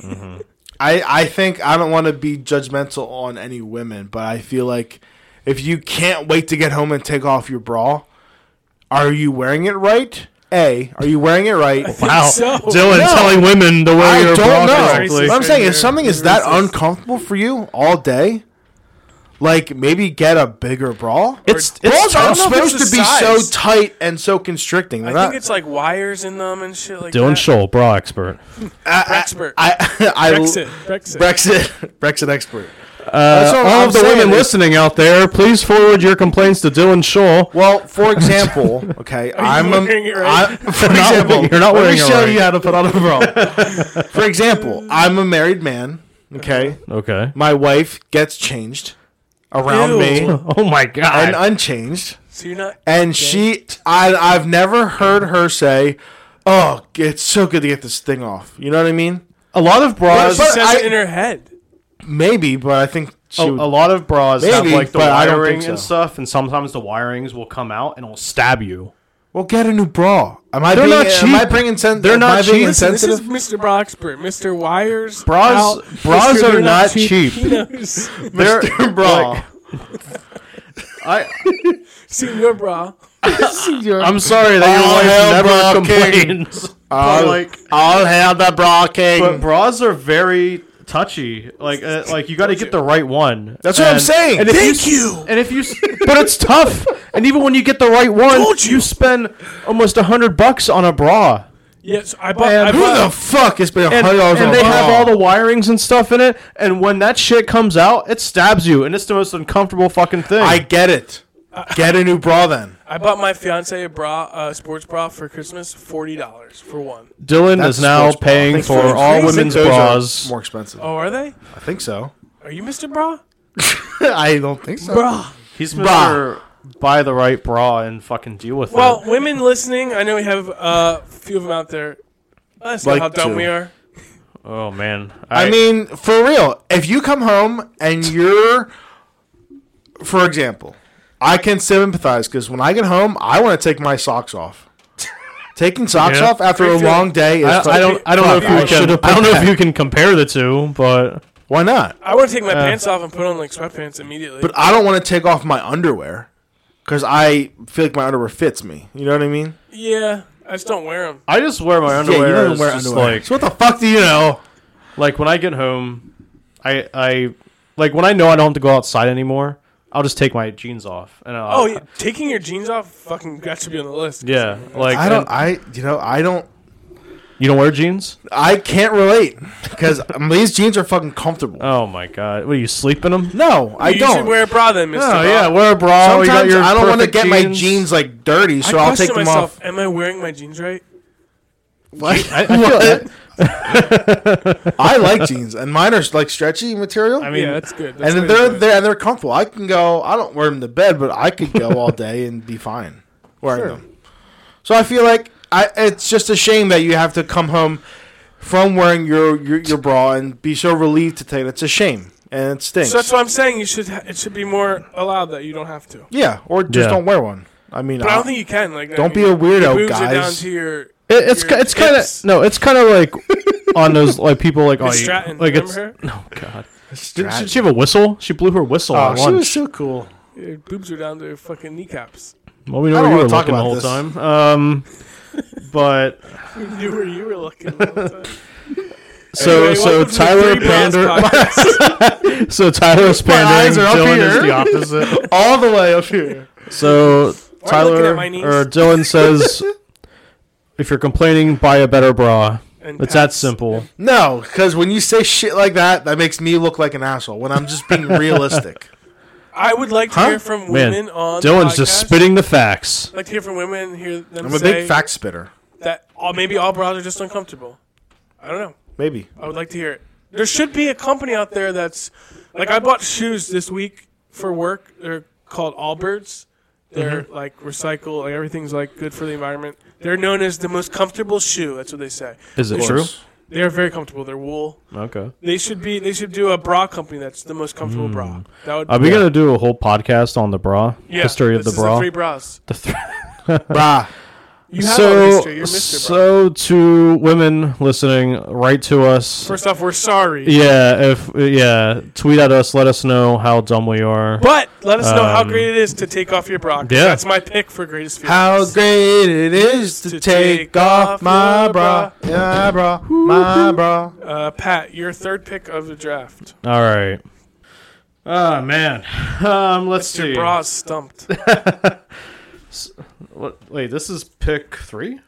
S2: I, I think I don't want to be judgmental on any women, but I feel like if you can't wait to get home and take off your bra, are you wearing it right? A, are you wearing it right?
S1: Wow,
S3: So-
S1: Dylan
S2: No.
S1: telling women to wear
S2: I
S1: your
S2: don't
S1: bra
S2: know.
S1: correctly.
S2: What I'm saying is
S3: Racist.
S2: something is that
S3: Racist.
S2: uncomfortable for you all day. Like maybe get a bigger bra.
S1: It's
S2: Bras
S1: it's
S2: aren't
S1: tough.
S2: supposed
S3: it's
S2: to
S3: the
S2: be
S3: size.
S2: so tight and so constricting.
S3: I
S2: They're
S3: think
S2: not-
S3: it's like wires in them and shit like
S1: Dylan
S3: that.
S1: Scholl, bra expert.
S3: expert.
S2: I, I,
S3: Brexit. Brexit.
S2: Brexit. Brexit expert.
S1: Uh,
S2: what
S1: all
S2: I'm
S1: of the women
S2: saying is-
S1: listening out there, please forward your complaints to Dylan Scholl.
S2: Well, for example, okay, I'm a,
S3: wearing it right?
S2: I, for
S1: not-
S2: example,
S1: you're not
S2: let
S1: wearing
S2: me
S1: it
S2: show
S1: right.
S2: you how to put on a bra. for example, I'm a married man. Okay,
S1: Okay.
S2: my wife gets changed around
S3: Ew.
S2: me
S1: Oh my
S2: and
S1: god.
S2: unchanged,
S3: so you're not.
S2: and she, I, I've never heard her say, "Oh, it's so good to get this thing off." You know what I mean?
S1: a lot of
S3: She
S1: bras.
S2: But
S3: says
S2: I-
S3: it in her head.
S2: Maybe, but I think she
S1: a,
S2: would,
S1: a lot of bras have
S2: Maybe,
S1: like the
S2: but I don't
S1: wiring
S2: think
S1: and
S2: so.
S1: stuff, and sometimes the wirings will come out and will stab you.
S2: well get a new bra. Am I
S1: They're
S2: being,
S1: not
S2: Am I
S1: cheap.
S2: bringing sen-
S1: They're
S2: am
S1: not
S2: I being
S1: cheap.
S3: Listen, this
S2: insensitive?
S3: is Mr. Bra expert, Mr. Wires.
S1: Bras-
S3: out,
S1: bras
S3: Mr.
S1: are
S3: You're
S1: not cheap.
S3: He knows.
S1: They're
S2: bra.
S1: I
S3: Senior bra.
S1: I'm sorry that
S2: All
S1: your wife never
S2: hail bra king.
S1: complains.
S2: I'll,
S1: But, like,
S2: I'll have the bra king.
S1: but bras are very touchy. Like, uh, like you got to get the right one.
S2: That's what I'm
S1: And-
S2: saying.
S1: And if you,
S3: Thank you.
S1: and if you, s- but it's tough. And even when you get the right one,
S3: Told you.
S1: spend almost a hundred bucks on a bra.
S3: Yes, I bought.
S1: Man,
S3: I
S1: who
S2: Who
S3: bought
S2: the fuck has been a
S1: and,
S2: hundred dollars
S1: and
S2: on a
S1: they
S2: bra?
S1: have all the wirings and stuff in it. And when that shit comes out, it stabs you, and it's the most uncomfortable fucking thing.
S2: I get it. Get a new bra then.
S3: I bought my fiance a bra, uh, sports bra for Christmas, forty dollars for one.
S1: Dylan
S2: That's
S1: is now
S2: sports bra.
S1: paying
S2: Thanks
S1: for uh,
S2: the
S1: all
S2: increase.
S1: women's
S2: Those are
S1: bras.
S2: More expensive.
S3: Oh, are they?
S2: I think so.
S3: Are you Mr. Bra?
S2: I don't think so.
S3: Bra.
S1: He's
S2: Bra.
S1: Mr. Buy the right bra and fucking deal with
S3: Well,
S1: it.
S3: women listening, I know we have uh, a few of them out there. That's
S2: Like
S3: how dumb
S2: two.
S3: we are.
S1: Oh man,
S2: I mean, for real. If you come home and you're, for example, I can sympathize because when I get home, I want to take my socks off. Taking socks
S1: Yeah.
S2: off after a
S3: Refill.
S2: long day is.
S1: I,
S2: fu-
S1: I don't. I don't know if
S2: Fuck, I
S1: you can.
S2: should've
S1: I don't
S2: put
S1: know if
S2: that.
S1: you can compare the two, but
S2: Why not?
S3: I want to take my pants off and put on like sweatpants immediately.
S2: But I don't want to take off my underwear because I feel like my underwear fits me. You know what I mean?
S3: yeah, I just don't wear them.
S1: I just wear my underwear.
S2: yeah, you
S1: as
S2: don't wear
S1: just
S2: underwear.
S1: Like,
S2: so what the fuck do you know?
S1: like when I get home, I I like when I know I don't have to go outside anymore. I'll just take my jeans off. And I'll,
S3: Oh, yeah, taking your jeans off, fucking that should be on the list.
S1: yeah. Like
S2: I don't.
S1: and-
S2: I you know I don't.
S1: you don't wear jeans?
S2: I can't relate because these jeans are fucking comfortable.
S1: Oh my god, what are you sleeping them?
S2: no, I
S3: you
S2: don't.
S3: should wear a bra then, Mr.
S1: Oh
S3: bra.
S1: yeah, wear a bra. oh, you got
S2: Sometimes
S1: your
S2: I don't want to
S1: perfect
S2: get my jeans like dirty, so
S3: I
S2: I'll
S3: question
S2: take them
S3: myself,
S2: off.
S3: Am I wearing my jeans right?
S2: What?
S1: I, I feel that.
S2: I like jeans, and mine are like stretchy material.
S1: I mean,
S3: yeah, that's good. That's
S2: and then
S3: the way to
S2: they're
S3: do it.
S2: they're and they're comfortable. I can go. I don't wear them to bed, but I could go all day and be fine wearing them. So I feel like I. It's just a shame that you have to come home from wearing your your, your bra and be so relieved to take it. It's a shame and it stinks.
S3: So that's what I'm saying. You should. Ha- it should be more allowed that you don't have to.
S2: yeah, or just
S1: Yeah.
S2: don't wear one. I mean,
S3: But I
S2: I-
S3: don't think you can. Like,
S2: Uh, don't
S3: I
S2: be
S3: mean,
S2: a weirdo,
S3: boobs are down
S2: guys.
S3: to your.
S1: It, it's
S3: your
S1: ki- it's kind of
S3: hips.
S1: no, it's kind of like on those like people like oh,
S3: Miss
S1: you,
S3: Stratton,
S1: like it's
S3: remember
S1: no god. Did, did she have a whistle? She blew her whistle
S2: Oh,
S1: at
S2: she was
S1: lunch.
S2: so cool.
S3: Your boobs are down to your fucking kneecaps.
S1: Well, we
S2: I
S1: know
S2: don't
S1: where you were
S2: wanna talk
S1: looking the whole
S2: about
S1: time. Um, but
S3: We knew where you were looking. all the time.
S1: so
S3: Anyway,
S1: so
S3: welcome to the
S1: Tyler
S3: Three Bros
S1: Pander,
S3: podcast.
S1: so Tyler is pandering.
S2: eyes are up
S1: Dylan is
S2: here.
S1: the opposite.
S2: All the way up here.
S3: Why are you
S1: So
S3: looking
S1: Tyler
S3: at my knees?
S1: or Dylan says, if you're complaining, buy a better bra.
S3: And
S1: It's that
S3: pats.
S1: simple.
S2: No, because when you say shit like that, that makes me look like an asshole. When I'm just being realistic.
S3: I would like to
S2: Huh?
S3: hear from
S1: Man,
S3: women on. the
S1: Dylan's just
S3: podcast.
S1: spitting the facts.
S3: I'd like to hear from women. Hear them
S2: I'm
S3: say
S2: a big fact spitter.
S3: that all, maybe all bras are just uncomfortable. I don't know.
S2: Maybe.
S3: I would like to hear it. There should be a company out there that's like I bought shoes this week for work. They're called Allbirds. They're
S1: Mm-hmm.
S3: like recycle. Like everything's like good for the environment. They're known as the most comfortable shoe. That's what they say.
S1: Is it
S2: Of
S1: true?
S2: course.
S3: They are very comfortable. They're wool.
S1: Okay.
S3: They should be. They should do a bra company that's the most comfortable bra. That would.
S1: Are Mm. Uh, we gonna do a whole podcast on the bra history of the
S3: this is
S1: bra?
S3: three bras.
S1: The three-
S2: Brah.
S3: You have all
S1: so
S3: history. You're Mr. Bra.
S1: so to women listening, write to us.
S3: First off, we're sorry.
S1: yeah, if yeah, tweet at us. Let us know how dumb we are.
S3: But let us know how
S1: Um,
S3: great it is to take off your bra. 'cause
S1: yeah.
S3: That's my pick for greatest fear.
S2: How great it is to,
S3: To
S2: take,
S3: take off
S2: off my
S3: your
S2: bra. Yeah, bra. My bra.
S3: Uh, Pat, your third pick of the draft.
S1: All right. Oh man. Um, let's see.
S3: Your bra's stumped.
S1: What- Wait, this is pick three.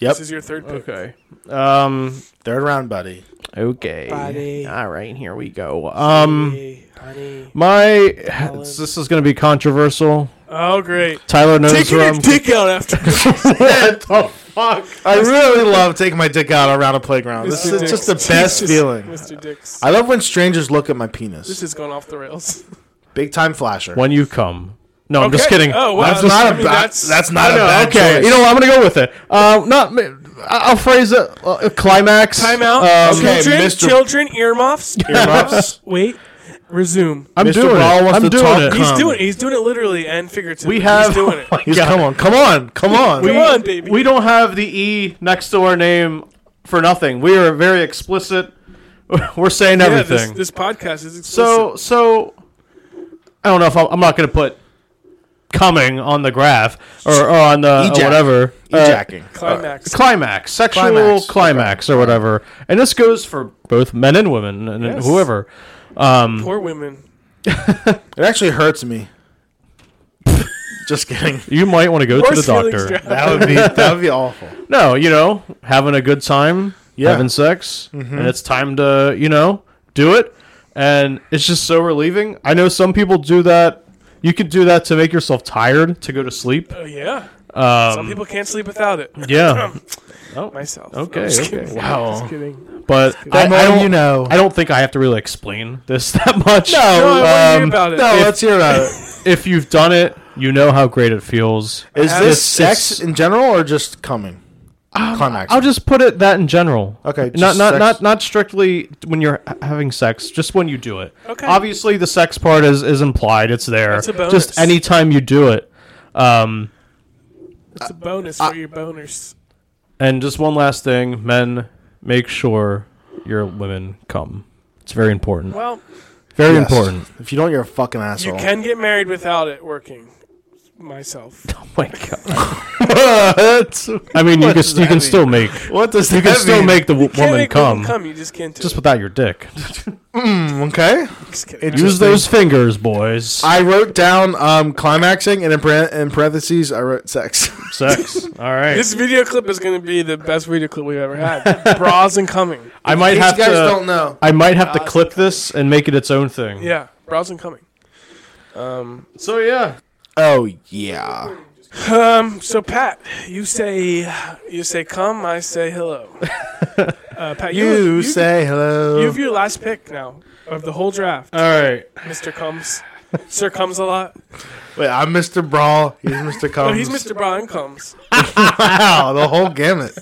S2: Yep.
S3: This is your third pick.
S1: Okay. Um.
S2: Third round, buddy.
S1: Okay.
S3: Buddy.
S1: All right. Here we go. Um.
S3: Hey, honey.
S1: My. This is gonna be controversial.
S3: Oh, great.
S1: Tyler knows
S3: Taking
S1: where
S3: your
S1: I'm.
S3: dick out after.
S1: what the Oh, fuck?
S2: I really love taking my dick out around a playground. This
S3: Mr.
S2: is just the
S3: Dicks.
S2: best
S3: Jesus,
S2: feeling.
S3: Mr. Dix.
S2: I love when strangers look at my
S3: This
S2: penis.
S3: has gone off the rails.
S2: Big time flasher.
S1: When you come. No, I'm just
S3: Okay.
S1: kidding.
S3: Oh, wow.
S1: I'm just-
S3: I
S2: not a
S3: mean,
S2: bad-
S3: that's-
S2: that's not
S1: I
S2: a
S1: know,
S2: bad
S1: okay.
S2: choice.
S1: You know, what, I'm gonna go with it. Um, not. I- I'll phrase it. Uh, climax.
S3: Time out.
S1: Um,
S2: Okay,
S3: children,
S2: Mr.
S3: children, earmuffs.
S2: Earmuffs.
S3: Wait. Resume.
S1: I'm
S2: Mr.
S1: doing it.
S2: Brawl wants
S1: I'm
S2: to
S1: doing
S2: talk
S1: it.
S3: He's
S2: Come.
S3: doing it. He's doing it literally and figuratively.
S1: We have.
S3: He's doing it.
S2: He's- come on, come on, come on.
S3: Come on, baby.
S1: We don't have the E next to our name for nothing. We are very explicit. We're saying
S3: yeah, this,
S1: everything.
S3: this podcast is explicit.
S1: so, so I don't know if I'm, I'm not going to put coming on the graph or, or on the or
S2: Ejac.
S1: whatever. Uh,
S2: Ejacking.
S3: climax.
S1: climax, sexual climax,
S2: Climax.
S1: or whatever. And this goes for both men and women and and
S3: Yes.
S1: whoever.
S3: Poor women.
S2: It actually hurts me. Just kidding.
S1: You might want to go to the
S3: Worst feelings
S1: doctor.
S3: draft.
S2: That would be that would be awful.
S1: No, you know, having a good time,
S2: Yeah. Mm-hmm.
S1: having sex, and it's time to, you know, do it. And it's just so relieving. I know some people do that. You could do that to make yourself tired to go to sleep.
S3: Oh, yeah.
S1: Um,
S3: Some people can't sleep without it.
S1: yeah,
S3: Myself.
S1: Okay,
S3: I'm just
S1: okay.
S3: kidding.
S1: Wow.
S3: Just kidding.
S1: but I,
S2: I'm
S1: I
S2: letting
S1: don't.
S2: you know.
S1: I don't think I have to really explain this that much.
S3: No, I wanna hear
S1: um,
S3: about it.
S2: No, let's hear about it.
S1: if you've done it, you know how great it feels.
S2: Is
S3: have-
S2: this
S1: It's-
S2: sex in general or just coming? Climax.
S1: I'll just put it that in general.
S2: Okay,
S1: Not
S2: just
S1: not
S2: sex.
S1: not not strictly when you're h- having sex, just when you do it.
S3: Okay.
S1: Obviously, the sex part is is implied. It's there.
S3: That's a bonus.
S1: Just anytime you do it. Um,
S3: It's a bonus for your boners.
S1: and just one last thing, men, make sure your women come. It's very important.
S3: Well,
S1: Very
S2: Yes.
S1: important.
S2: If you don't, you're a fucking
S3: you
S2: asshole.
S3: can get married without it working. Myself.
S1: Oh my god.
S2: What?
S1: I mean, you
S2: What
S1: can
S2: does
S1: you
S2: that
S1: can
S2: mean?
S1: still make you
S2: What does that
S1: can still
S2: mean?
S1: make the w-
S3: Can't
S1: woman
S3: make women
S1: come,
S3: You just can't do
S1: just
S3: it.
S1: without your dick.
S2: Mm, okay.
S3: Just kidding.
S1: Use those fingers, boys.
S2: I wrote down um, climaxing and in, par- in parentheses I wrote sex.
S1: Sex. All right.
S3: This video clip is going to be the best video clip we've ever had. Bras and coming.
S1: I might
S2: you
S1: have
S2: guys
S1: to.
S2: don't know.
S1: I might have to clip this and make it its own thing.
S3: Yeah, bras and coming. Um,
S1: So yeah.
S2: Oh yeah.
S3: um, so Pat, you say you say come, I say hello. Uh, Pat,
S2: You,
S3: you,
S2: say hello.
S3: you have your last pick now of the whole draft,
S1: All right.
S3: Mr. Comes. Sir comes a lot.
S2: Wait, I'm Mr. Brawl. He's Mr. Combs.
S3: Oh, he's Mr. Bra and comes.
S2: Wow, the whole gamut.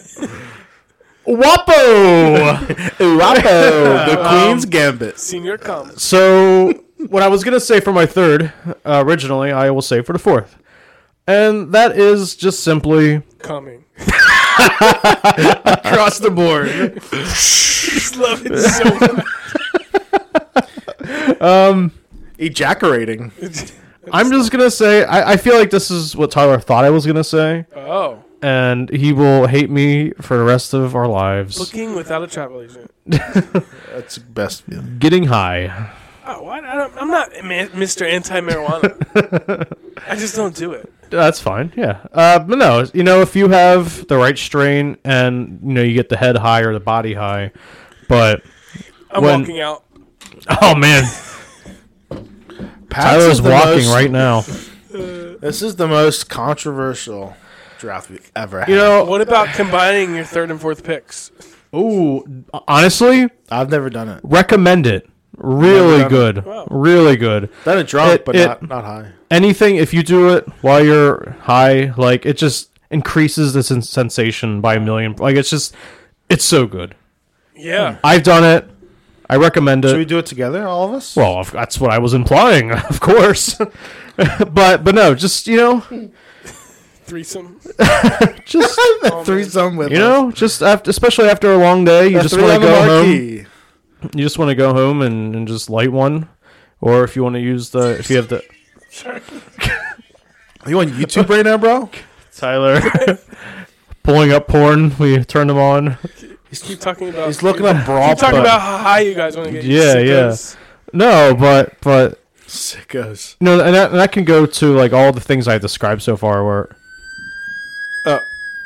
S1: Wapo.
S2: Wapo, the Queen's Gambit.
S3: Senior comes.
S1: so what I was gonna say for my third uh, originally, I will say for the fourth, and that is just simply
S3: coming.
S2: Across the board.
S3: Just love it so much.
S1: Um,
S2: Ejaculating.
S1: I'm just gonna say I, I feel like this is what Tyler thought I was gonna say,
S3: Oh,
S1: and he will hate me for the rest of our lives.
S3: booking without a travel agent.
S2: That's the best feeling.
S1: Getting high.
S3: Oh, I, I don't, I'm not ma- Mr. Anti-Marijuana. I just don't do it.
S1: That's fine. Yeah. Uh, but no, you know, if you have the right strain and you know you get the head high or the body high, but
S3: I'm
S1: When-
S3: walking out.
S1: oh man,
S2: Pats
S1: Tyler's
S2: is the
S1: walking
S2: most-
S1: right now.
S2: This is the most controversial draft we've ever had.
S1: You know,
S3: What about combining your third and fourth picks?
S1: ooh, honestly,
S2: I've never done it.
S1: recommend it.
S2: Never
S1: Really
S2: done
S1: good.
S3: Wow.
S1: Really good.
S2: Done it drunk,
S1: It-
S2: but
S1: it-
S2: not, not high.
S1: anything if you do it while you're high like it just increases the sen- sensation by a million like it's just it's so good
S3: Yeah.
S1: i've done it i recommend
S2: Should we
S1: it
S2: do it together, all of us?
S1: well of- that's what i was implying of course but but no just you know
S3: Threesome.
S1: just
S2: threesome with
S1: you
S2: us.
S1: know just after, especially after a long day you
S2: The
S1: just
S2: three
S1: want to
S2: on the
S1: go home
S2: marquee.
S1: you just want to go home and, and just light one or if you want to use the if you have the
S2: Are you on YouTube right now, bro?
S1: tyler pulling up porn we turned them on
S3: He's keep talking about.
S2: He's looking up brawl.
S3: Keep talking
S1: but-
S3: about how high you guys want to get. you
S1: Yeah, yeah.
S3: sickos.
S1: no but but
S2: sickos.
S1: No, and that, and that can go to like all the things I've described so far. Where
S2: Oh,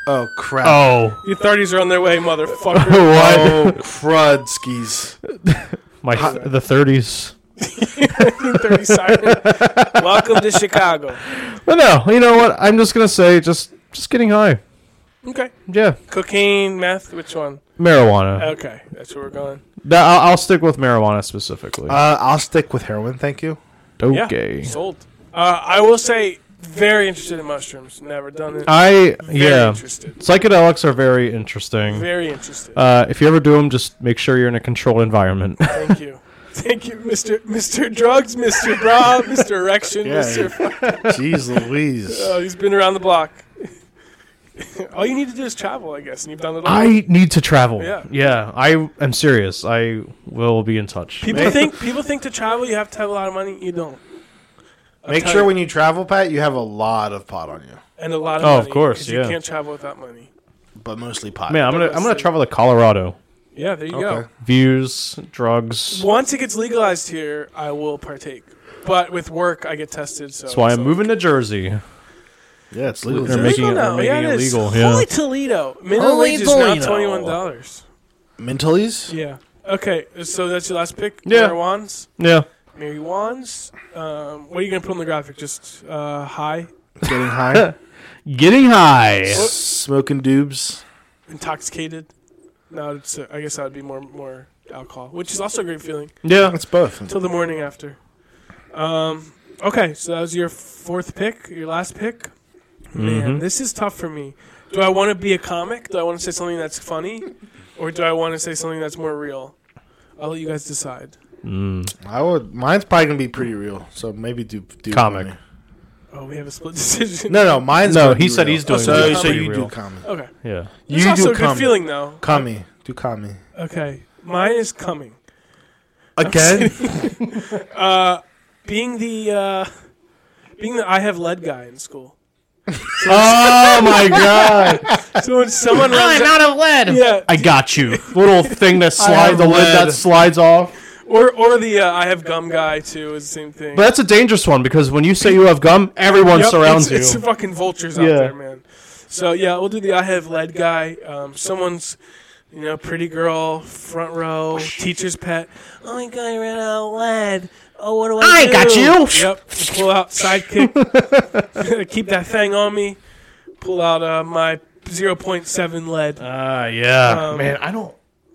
S2: oh crap.
S1: oh,
S3: Your thirties are on their way, motherfucker.
S1: what
S2: Oh, crudskis.
S1: my th- the thirties.
S3: 1930 siren. Welcome to Chicago.
S1: But no, you know what? I'm just gonna say just just getting high.
S3: Okay.
S1: Yeah,
S3: Cocaine, meth, which one?
S1: marijuana.
S3: Okay, that's where we're going.
S1: That, I'll, I'll stick with marijuana specifically.
S2: Uh, I'll stick with heroin, thank you.
S3: Yeah,
S1: okay.
S3: sold. Uh, I will say, very interested in mushrooms. Never done it.
S1: I
S3: Very
S1: Uh, yeah.
S3: interested.
S1: Psychedelics are very interesting.
S3: Very interested.
S1: Uh, if you ever do them, just make sure you're in a controlled environment.
S3: Thank you. Thank you, Mr. Mr. Drugs, Mr. Bra, Mr. Erection,
S2: Yeah.
S3: Mr. Fuck.
S2: Jeez Louise.
S3: Oh, he's been around the block. All you need to do is travel, I guess, and you've done it all.
S1: I need to travel.
S3: Yeah.
S1: yeah. I am serious. I will be in touch.
S3: people think people think to travel you have to have a lot of money. You don't. I'll
S2: Make
S3: tell
S2: sure
S3: you.
S2: when you travel, Pat, you have a lot of pot on you,
S3: and a lot of
S1: Oh, of
S3: money.
S1: course,
S3: 'cause
S1: yeah.
S3: You can't travel without money.
S2: but mostly pot.
S1: Man, I'm gonna I'm gonna travel to Colorado.
S3: Yeah, there you
S2: Okay.
S1: Views, drugs.
S3: go. Once it gets legalized here, I will partake. But with work, I get tested. So
S1: That's why
S3: it's
S1: I'm
S3: like-
S1: moving to Jersey.
S2: Yeah, it's legal.
S1: They're
S2: Jersey.
S1: making-
S3: Legal
S1: it-
S3: now.
S1: making
S3: yeah,
S1: it
S3: is.
S1: legal, yeah.
S3: Holy Toledo. Minimum
S2: Holy
S3: wage is now
S2: Toledo.
S3: twenty one dollars.
S2: Mentalies?
S3: Yeah. Okay. So that's your last pick.
S1: Yeah.
S3: Marijuana's.
S1: Yeah.
S3: Marijuana's. Um, what are you gonna put on the graphic? Just uh, high,
S2: Getting high?
S1: Getting high.
S2: Smoking dubs?
S3: intoxicated. No, it's, uh, I guess that would be more more alcohol, which is also a great feeling
S1: Yeah.
S2: It's both.
S3: until the morning after. Um, okay, so that was your fourth pick, your last pick. Man,
S2: Mm-hmm.
S3: this is tough for me. Do I want to be a comic? Do I want to say something that's funny, or do I want to say something that's more real? I'll let you guys decide.
S1: Mm,
S2: I would. Mine's probably gonna be pretty real, so maybe do do
S1: Comic.
S2: funny.
S3: Oh, we have a split decision.
S2: No, no, mine's
S1: No,
S2: gonna
S1: he
S2: be
S1: said
S2: real.
S1: he's doing
S2: So,
S3: it.
S2: so
S3: Pretty
S2: you
S1: real.
S2: do comic.
S3: Okay.
S1: Yeah.
S3: It's
S2: you
S3: also
S2: do
S3: a good
S2: comic.
S3: feeling though.
S2: Commie. Do commie.
S3: Okay, mine is coming.
S2: Again?
S3: Being the uh, being the I have lead guy in school.
S1: Oh my god.
S3: So when someone
S2: Oh,
S3: runs out
S1: of lead.
S3: Yeah.
S1: I got you. Little thing that slides the lid
S2: lead.
S1: that slides off.
S3: or or the uh, I have gum guy too is the same thing.
S1: But that's a dangerous one because when you say you have gum, everyone
S3: Yep,
S1: surrounds
S3: it's,
S1: you.
S3: It's fucking vultures
S1: Yeah.
S3: out there, man. So yeah, we'll do the I have lead guy. Um, someone's. You know, pretty girl, front row, teacher's pet. Oh my god, I ran out of lead. Oh, what do I,
S1: I
S3: do?
S1: got you.
S3: Yep. Pull out sidekick. Keep that thing on me. Pull out uh, my 0.7 lead.
S1: Ah, yeah.
S3: Um,
S1: man, I don't.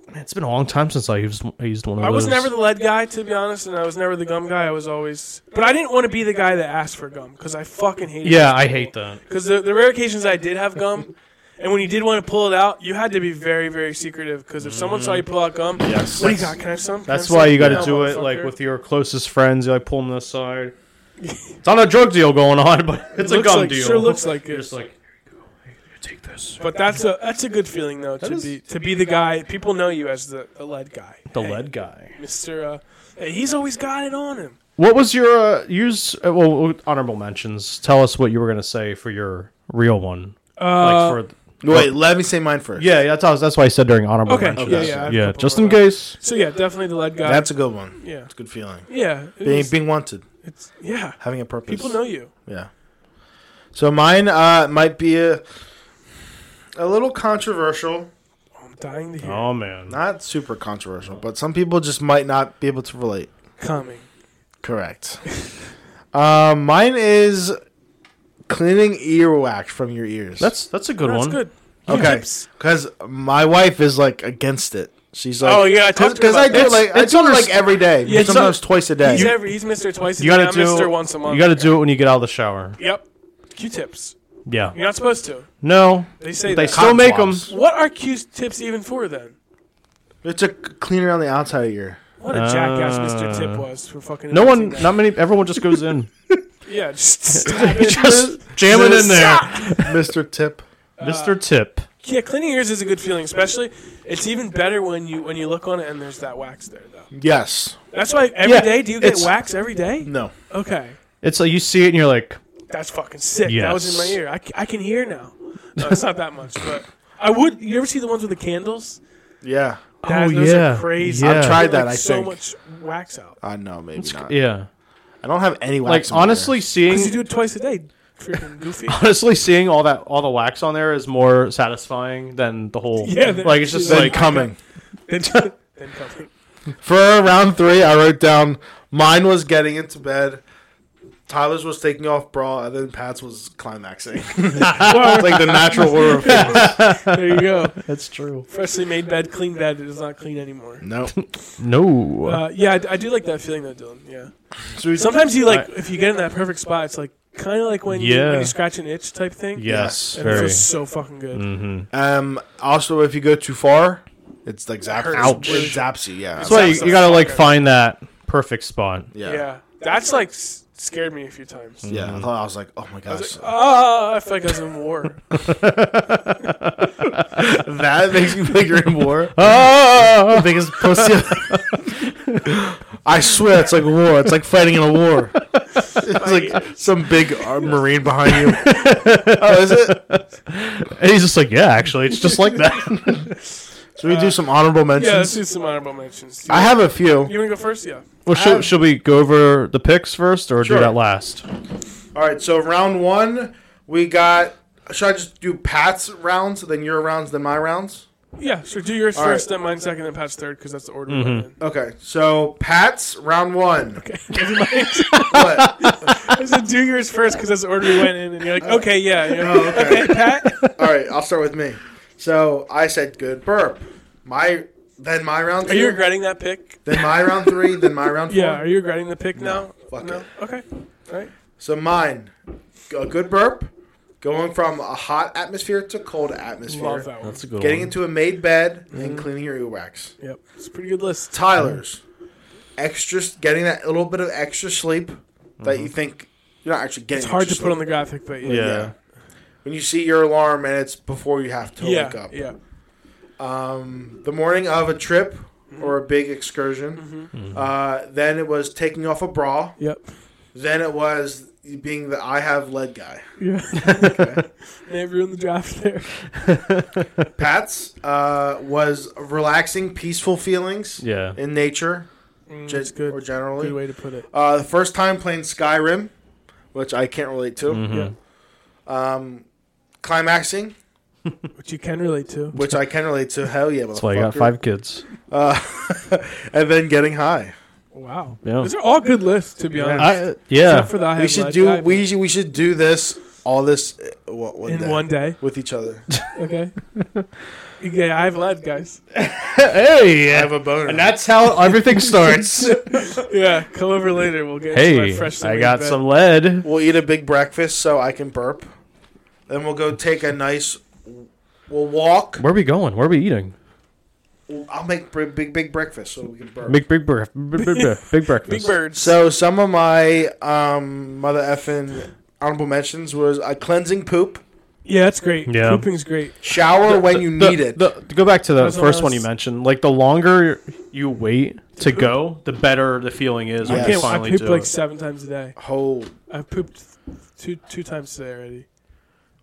S1: Man, it's been a long time since I used I used one of
S3: I
S1: those.
S3: was never the lead guy, to be honest, and I was never the gum guy. I was always, but I didn't want to be the guy that asked for gum because I fucking hated.
S1: yeah, I hate that.
S3: Because the, the rare occasions I did have gum, and when you did want to pull it out, you had to be very, very secretive. Because if someone saw you pull out gum,
S2: Yes.
S3: what do you got? Can I have some?
S1: Mm-hmm. That's why you got to
S3: to
S1: do it like with your closest friends. You like pull them aside. it's not a drug deal going on, but it's a
S3: Looks
S1: gum
S3: like-
S1: deal.
S3: sure looks like
S1: You're
S3: it.
S1: just like, "Here you go. Here, you take this.
S3: But that's a that's a good feeling though to
S1: is-
S3: be to be the guy. People know you as the, the lead guy.
S1: The
S3: Hey,
S1: lead guy.
S3: Mr. Uh, He's always got it on him.
S1: What was your uh, use? Uh, well, honorable mentions. Tell us what you were gonna say for your real one.
S3: Uh,
S1: like for
S2: Wait, let me say mine first.
S1: yeah, yeah, that's how- that's why I said during honorable
S3: Okay,
S1: mentions.
S2: yeah,
S3: yeah, I have a couple
S1: just in
S3: more.
S1: case.
S3: so yeah, definitely the lead guy.
S2: that's a good one.
S3: yeah,
S2: It's a good feeling.
S3: yeah, it
S2: Being
S3: was-
S2: being wanted,
S3: it's, yeah.
S2: having a purpose.
S3: People know you.
S2: Yeah. So mine uh, might be a a little controversial.
S3: Oh, I'm dying to hear.
S1: Oh man,
S2: Not super controversial, but some people just might not be able to relate.
S3: Coming.
S2: Correct. uh, mine is cleaning earwax from your ears.
S1: that's that's a good
S3: That's
S1: one.
S3: good.
S2: Okay.
S3: Tips.
S2: because my wife is like against it. She's like,
S3: Oh yeah, I talked to him
S2: because
S3: about
S2: I do
S1: It's-
S2: like I
S1: it's
S2: do it
S1: under-
S2: like every day,
S3: Yeah, it's
S2: sometimes twice a day.
S3: He's every he's Mister twice.
S1: You gotta
S3: a day.
S1: do
S3: I'm Mister once a month.
S1: You got to do it when you get out of the shower.
S3: Yep. Q-tips.
S1: Yeah.
S3: You're not supposed to.
S1: No,
S3: They say
S1: they
S3: that.
S1: still make them.
S2: swabs.
S3: what are Q-tips even for then?
S2: it's a cleaner on the outside of your ear.
S3: What a jackass Mister
S1: Uh,
S3: Tip was for fucking.
S1: No one,
S3: inventing that.
S1: not many. Everyone just goes in,
S3: yeah, just stab it.
S1: just jamming in there.
S2: Mr. Tip.
S1: Mister Tip.
S3: Yeah, cleaning ears is a good feeling, especially. It's even better when you when you look on it and there's that wax there though.
S2: Yes.
S3: That's why every day
S1: Yeah,
S3: do you get
S1: it's-
S3: wax every day?
S2: No.
S3: Okay,
S1: It's like you see it and you're like,
S3: that's fucking sick. That was in my
S1: Yes.
S3: ear. I, c- I can hear now. No, it's not that much, but I would. You ever see the ones with the candles?
S2: Yeah.
S3: That,
S1: Oh,
S3: those
S1: yeah.
S3: are crazy.
S1: I've
S3: They
S2: tried
S3: get,
S2: that,
S3: like,
S2: I
S3: so
S2: think.
S3: much wax out.
S2: I know, maybe not.
S1: yeah.
S2: I don't have any
S1: Like
S2: wax. in my
S1: honestly,
S2: ear.
S1: seeing
S3: Because you do it twice a day. Freaking goofy.
S1: honestly seeing all that all the wax on there is more satisfying than the whole.
S3: Yeah, than-
S1: like it's just
S2: then
S1: like
S2: coming
S3: then, then comfort.
S2: for round three, I wrote down mine was getting into bed. Tyler's was taking off bra, and then Pat's was climaxing. it's like the natural order of things.
S3: There you go.
S1: that's true.
S3: Freshly made bed, clean bed. It is not clean anymore.
S2: No.
S1: No,
S3: Uh, yeah, I, I do like that feeling though, Dylan. Yeah.
S2: So we-
S3: Sometimes you like if you get in that perfect spot, it's like kind of like when, you, when
S1: Yeah.
S3: you scratch an itch type thing.
S1: yes,
S3: and it
S1: very. Mm.
S3: feels so fucking good.
S2: Um, also, if you go too far, it's like zap.
S1: Ouch.
S2: It zaps you. Yeah.
S1: That's why you,
S3: Sounds
S1: you gotta like
S3: fucker.
S1: find that perfect spot.
S2: yeah.
S3: Yeah.
S2: Yeah.
S3: that's like s- scared me a few times.
S1: Mm.
S2: I thought I was like, oh my
S3: I
S2: gosh,
S3: was like, ah, I feel like I was in war.
S2: that makes me think you're in war.
S1: Oh,
S2: biggest pussy. I swear, it's like war. It's like fighting in a war. It's like some big uh, marine behind you. oh, is it?
S1: and he's just like, yeah, actually, it's just like that.
S2: Should we do some honorable
S3: yeah, let's
S2: mentions?
S3: do some honorable mentions. Do You,
S2: I have a few.
S3: you want to go first? Yeah.
S1: well, should, should we go over the picks first or
S2: Sure.
S1: do that last?
S2: All right, so round one, we got. Should I just do Pat's rounds, then your rounds, then my rounds?
S3: Yeah, sure. Do yours
S2: All
S3: first,
S2: right.
S3: then mine second, then Pat's third, because that's the order
S1: Mm-hmm.
S3: we're in.
S2: Okay, so Pat's round one.
S3: Everybody-
S2: What?
S3: I said, do yours first, because that's the order we went in. And you're like, okay, yeah. And you're like,
S2: Oh, okay.
S3: okay, Pat.
S2: All right, I'll start with me. So I said good burp. My then my round
S3: Are
S2: two.
S3: you regretting that pick?
S2: then my round three. Then my round four.
S3: Yeah, are you regretting the pick now?
S2: fuck
S3: no?
S2: it.
S3: Okay. All right.
S2: So mine, a good burp, going from a hot atmosphere to cold atmosphere,
S3: Love that one.
S1: a good
S2: getting into a made bed and cleaning your earwax.
S3: Yep. It's a pretty good list.
S2: Tyler's, extra getting that little bit of extra sleep that you think you're not actually getting.
S3: It's hard to
S2: extra
S3: put on the
S2: sleep.
S3: graphic, but yeah.
S1: Yeah.
S2: When you see your alarm and it's before you have to
S3: yeah,
S2: wake up.
S3: yeah.
S2: um, the morning of a trip or a big excursion.
S3: Mm-hmm.
S1: Mm-hmm.
S2: Uh, then it was taking off a bra.
S3: Yep.
S2: Then it was being the I have lead guy.
S3: Yeah. they ruined the draft there.
S2: Pat's uh, was relaxing, peaceful feelings
S1: Yeah.
S2: in nature,
S3: Mm,
S2: just
S3: it's good.
S2: or
S3: Good
S2: generally.
S3: way to put it.
S2: Uh, the first time playing Skyrim, which I can't relate to.
S1: Mm-hmm.
S3: Yeah.
S2: Um, climaxing,
S3: Which you can relate to.
S2: which I can relate to. Hell yeah,
S1: That's why I got
S2: motherfucker.
S1: five kids.
S2: Uh, and then getting high.
S3: Wow.
S1: Yeah.
S3: These are all good lists, to be
S2: Yeah.
S3: honest.
S1: I, yeah,
S3: Except for the I
S2: we
S3: Have
S2: should
S3: Lead
S2: do
S3: guy,
S2: we should, we should do this all this uh, what, one
S3: in
S2: day,
S3: one day.
S2: with each other.
S3: Okay. yeah, I've led, guys.
S1: hey,
S2: I have a boner.
S1: and that's how everything starts.
S3: Yeah. Come over later. We'll get into my
S1: hey,
S3: fresh
S1: I got some lead.
S2: we'll eat a big breakfast so I can burp. Then we'll go take a nice. We'll walk.
S1: Where are we going? Where are we eating?
S2: I'll make br- big big breakfast so we can burp.
S1: Big big breakfast. Big, big, big, big
S3: Big
S1: breakfast.
S3: birds.
S2: So some of my um, mother effing honorable mentions was a cleansing poop,
S3: yeah, that's great.
S1: Yeah.
S3: Pooping's great.
S2: shower when you
S1: The-
S2: need it.
S1: the- to go back to the
S3: That's what I
S1: first one
S3: was-
S1: you mentioned, like the longer you wait to go, the better the feeling is
S2: I
S1: when
S3: I,
S2: Yes.
S1: you
S3: can't, I
S1: finally
S3: pooped
S1: do
S3: like
S1: it.
S3: seven times a day.
S2: Oh,
S3: I've pooped two two times today already.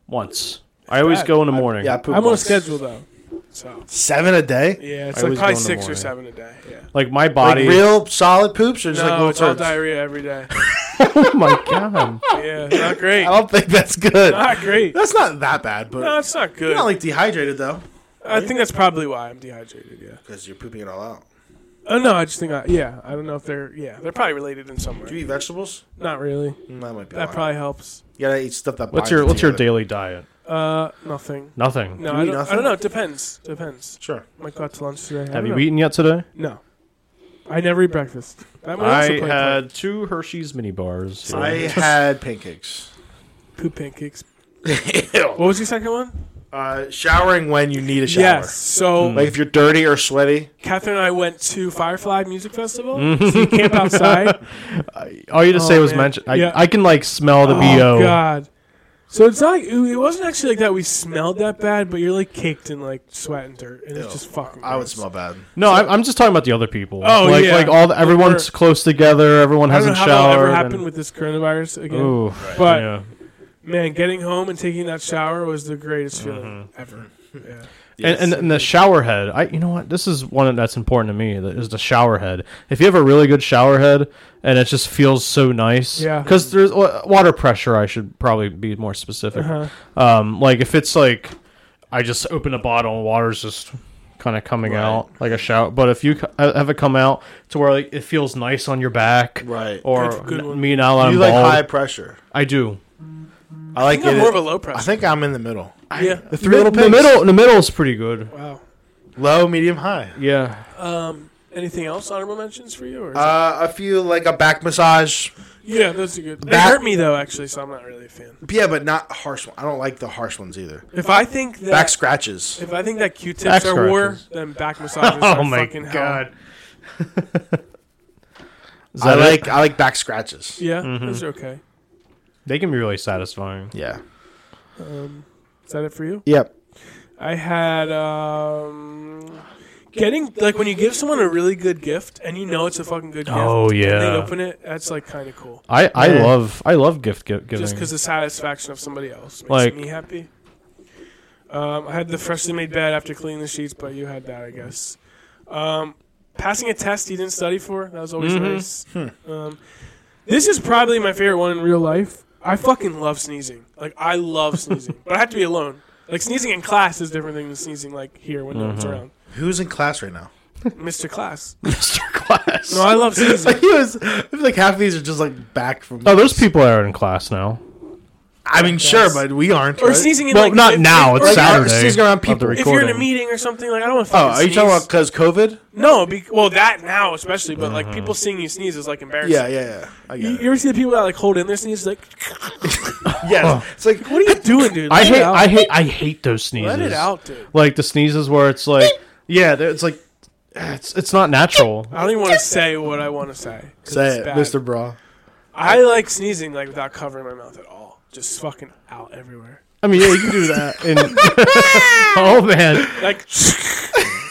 S1: once. I always
S3: bad.
S1: go in the
S2: I-
S1: morning.
S2: yeah, I pooped
S3: I'm on a
S2: once.
S3: schedule though, so
S2: seven a day.
S3: yeah,
S1: I
S3: it's like probably
S1: always go in the
S3: six or
S1: morning.
S3: seven a day. Yeah,
S1: Like my body.
S2: Like real solid poops or just like
S3: no,
S2: little
S3: it's all
S2: turds?
S3: diarrhea every day.
S1: oh my god.
S3: Yeah, not great,
S2: I don't think that's good.
S3: not great.
S2: That's not that bad, but
S3: No, it's not
S2: you're
S3: good.
S2: not like dehydrated though,
S3: I think that's probably why I'm dehydrated. Yeah.
S2: because you're pooping it all out.
S3: Oh no, I just think I yeah. I don't know if they're yeah. They're probably related in some
S2: Do
S3: way.
S2: you eat vegetables?
S3: Not really.
S2: Mm, That might be.
S3: That
S2: why.
S3: probably helps.
S2: You gotta eat stuff that.
S1: What's
S2: binds
S1: your what's your
S2: together.
S1: daily diet?
S3: Uh, nothing.
S1: Nothing.
S3: No,
S2: You
S3: I
S2: eat
S3: don't, I
S2: nothing?
S3: don't know. It depends. Depends.
S2: Sure.
S3: Might go out to lunch today. I
S1: Have
S3: don't
S1: you
S3: know.
S1: eaten yet today?
S3: No, I never eat breakfast. That might also
S1: I
S3: play a part.
S1: had two Hershey's mini bars.
S2: I had pancakes.
S3: poop pancakes.
S2: Ew.
S3: What was your second one?
S2: Uh, showering when you need a shower. Mm.
S3: Yes. So
S2: Like if you're dirty or sweaty.
S3: Catherine and I went to Firefly Music Festival.
S2: Mm.
S3: So you camp outside.
S1: All you just
S3: Oh,
S1: say was
S3: man.
S1: mention. I,
S3: Yeah.
S1: I can like smell the
S3: Oh
S1: bo.
S3: God. So it's not. It wasn't actually like that. We smelled that bad, but you're like caked in like sweat and dirt, and
S2: Ew.
S3: it's just fucking.
S2: I would
S3: gross.
S2: smell bad.
S1: No, I'm, I'm just talking about the other people.
S3: Oh,
S1: like,
S3: yeah.
S1: Like all the, everyone's close together. Everyone
S3: I don't know
S1: hasn't
S3: how
S1: showered.
S3: that ever happened
S1: and-
S3: with this coronavirus again.
S1: Ooh,
S3: But
S1: yeah.
S3: man, getting home and taking that shower was the greatest feeling
S2: Mm-hmm.
S3: ever. Yeah.
S1: And, and, and the shower head, I you know what? This is one that's important to me. that Is the shower head. If you have a really good shower head, and it just feels so nice,
S3: Yeah.
S1: Because there's wa- water pressure. I should probably be more specific.
S3: Uh-huh.
S1: Um, like if it's like, I just open a bottle and water's just kind of coming
S2: Right.
S1: out like a shower. But if you c- have it come out to where like it feels nice on your back,
S2: Right.
S1: Or
S3: That's a good
S1: n-
S3: one.
S1: me now that
S2: you
S1: I'm
S2: like
S1: bald,
S2: high pressure.
S1: I do.
S2: I like
S3: I think I'm
S2: it.
S3: more of a low pressure.
S2: I think I'm in the middle.
S3: yeah.
S2: The three little
S1: the
S2: pigs.
S1: middle, the middle is pretty good.
S3: Wow.
S2: Low, medium, high.
S1: Yeah.
S3: Um, anything else honorable mentions for you? Or is that-
S2: Uh, a few like a back massage.
S3: yeah, those are good. They
S2: that-
S3: hurt me though, actually, so I'm not really a fan.
S2: Yeah, but not harsh. One. I don't like the harsh ones either.
S3: If I think that
S2: Back scratches.
S3: if I think that Q-tips
S1: Back
S3: are war,
S1: scratches.
S3: then back massages
S1: Oh
S3: are
S1: my
S3: fucking hell.
S1: god. Is
S2: I
S1: that it?
S2: like I like back scratches.
S3: Yeah,
S1: Mm-hmm.
S3: those are okay.
S1: They can be really satisfying.
S2: Yeah.
S3: Um, is that it for you?
S2: Yep.
S3: I had um, getting like when you give someone a really good gift and you know it's a fucking good gift.
S1: Oh,
S3: and they
S1: yeah.
S3: open it. That's like kind of cool.
S1: I, I
S2: Yeah.
S1: love I love gift gi- giving.
S3: Just because the satisfaction of somebody else makes
S1: Like-
S3: me happy. Um, I had the freshly made bed after cleaning the sheets, but you had that, I guess. Um, passing a test you didn't study for, that was always
S1: Mhm.
S3: nice. Um, this is probably my favorite one in real life. I fucking love sneezing. Like, I love sneezing, but I have to be alone. Like, sneezing in class is different than sneezing, like, here when no one's
S1: Mm-hmm.
S3: around.
S2: Who's in class right now?
S3: Mr. Class.
S1: Mr. Class.
S3: No, I love sneezing.
S2: Like, he was, I feel like half of these are just like back from.
S1: oh, there's people that are in class now.
S2: I mean, sure, but we aren't.
S3: Or
S2: right?
S3: sneezing in,
S1: Well,
S3: like,
S1: not
S3: if-
S1: now,
S3: if- or
S1: it's Saturday.
S2: sneezing around
S1: of the
S2: people.
S1: rec-
S3: If you're in a
S1: recording.
S3: meeting or something, like, I don't want to
S2: Oh,
S3: fucking
S2: are you
S3: sneeze.
S2: talking about because COVID?
S3: No, be- well, that now especially, but like
S1: Uh-huh.
S3: people seeing you sneeze is like embarrassing.
S2: Yeah, yeah, yeah. I get
S3: You,
S2: it.
S3: you ever see the people that like hold in their sneeze? Like,
S2: Yes. It's like
S3: what are you doing, dude?
S1: I
S3: Let it
S1: hate
S3: out.
S1: I hate I hate those sneezes.
S3: Let it out, dude.
S1: Like the sneezes where it's like yeah, there- it's like it's it's not natural.
S3: I don't even want to say what I want to say. 'cause it's
S2: say it,
S3: bad.
S2: Mr. Bra.
S3: I like sneezing like without covering my mouth at all, just fucking out everywhere.
S1: I mean, yeah, you can do that. And oh man,
S3: Like,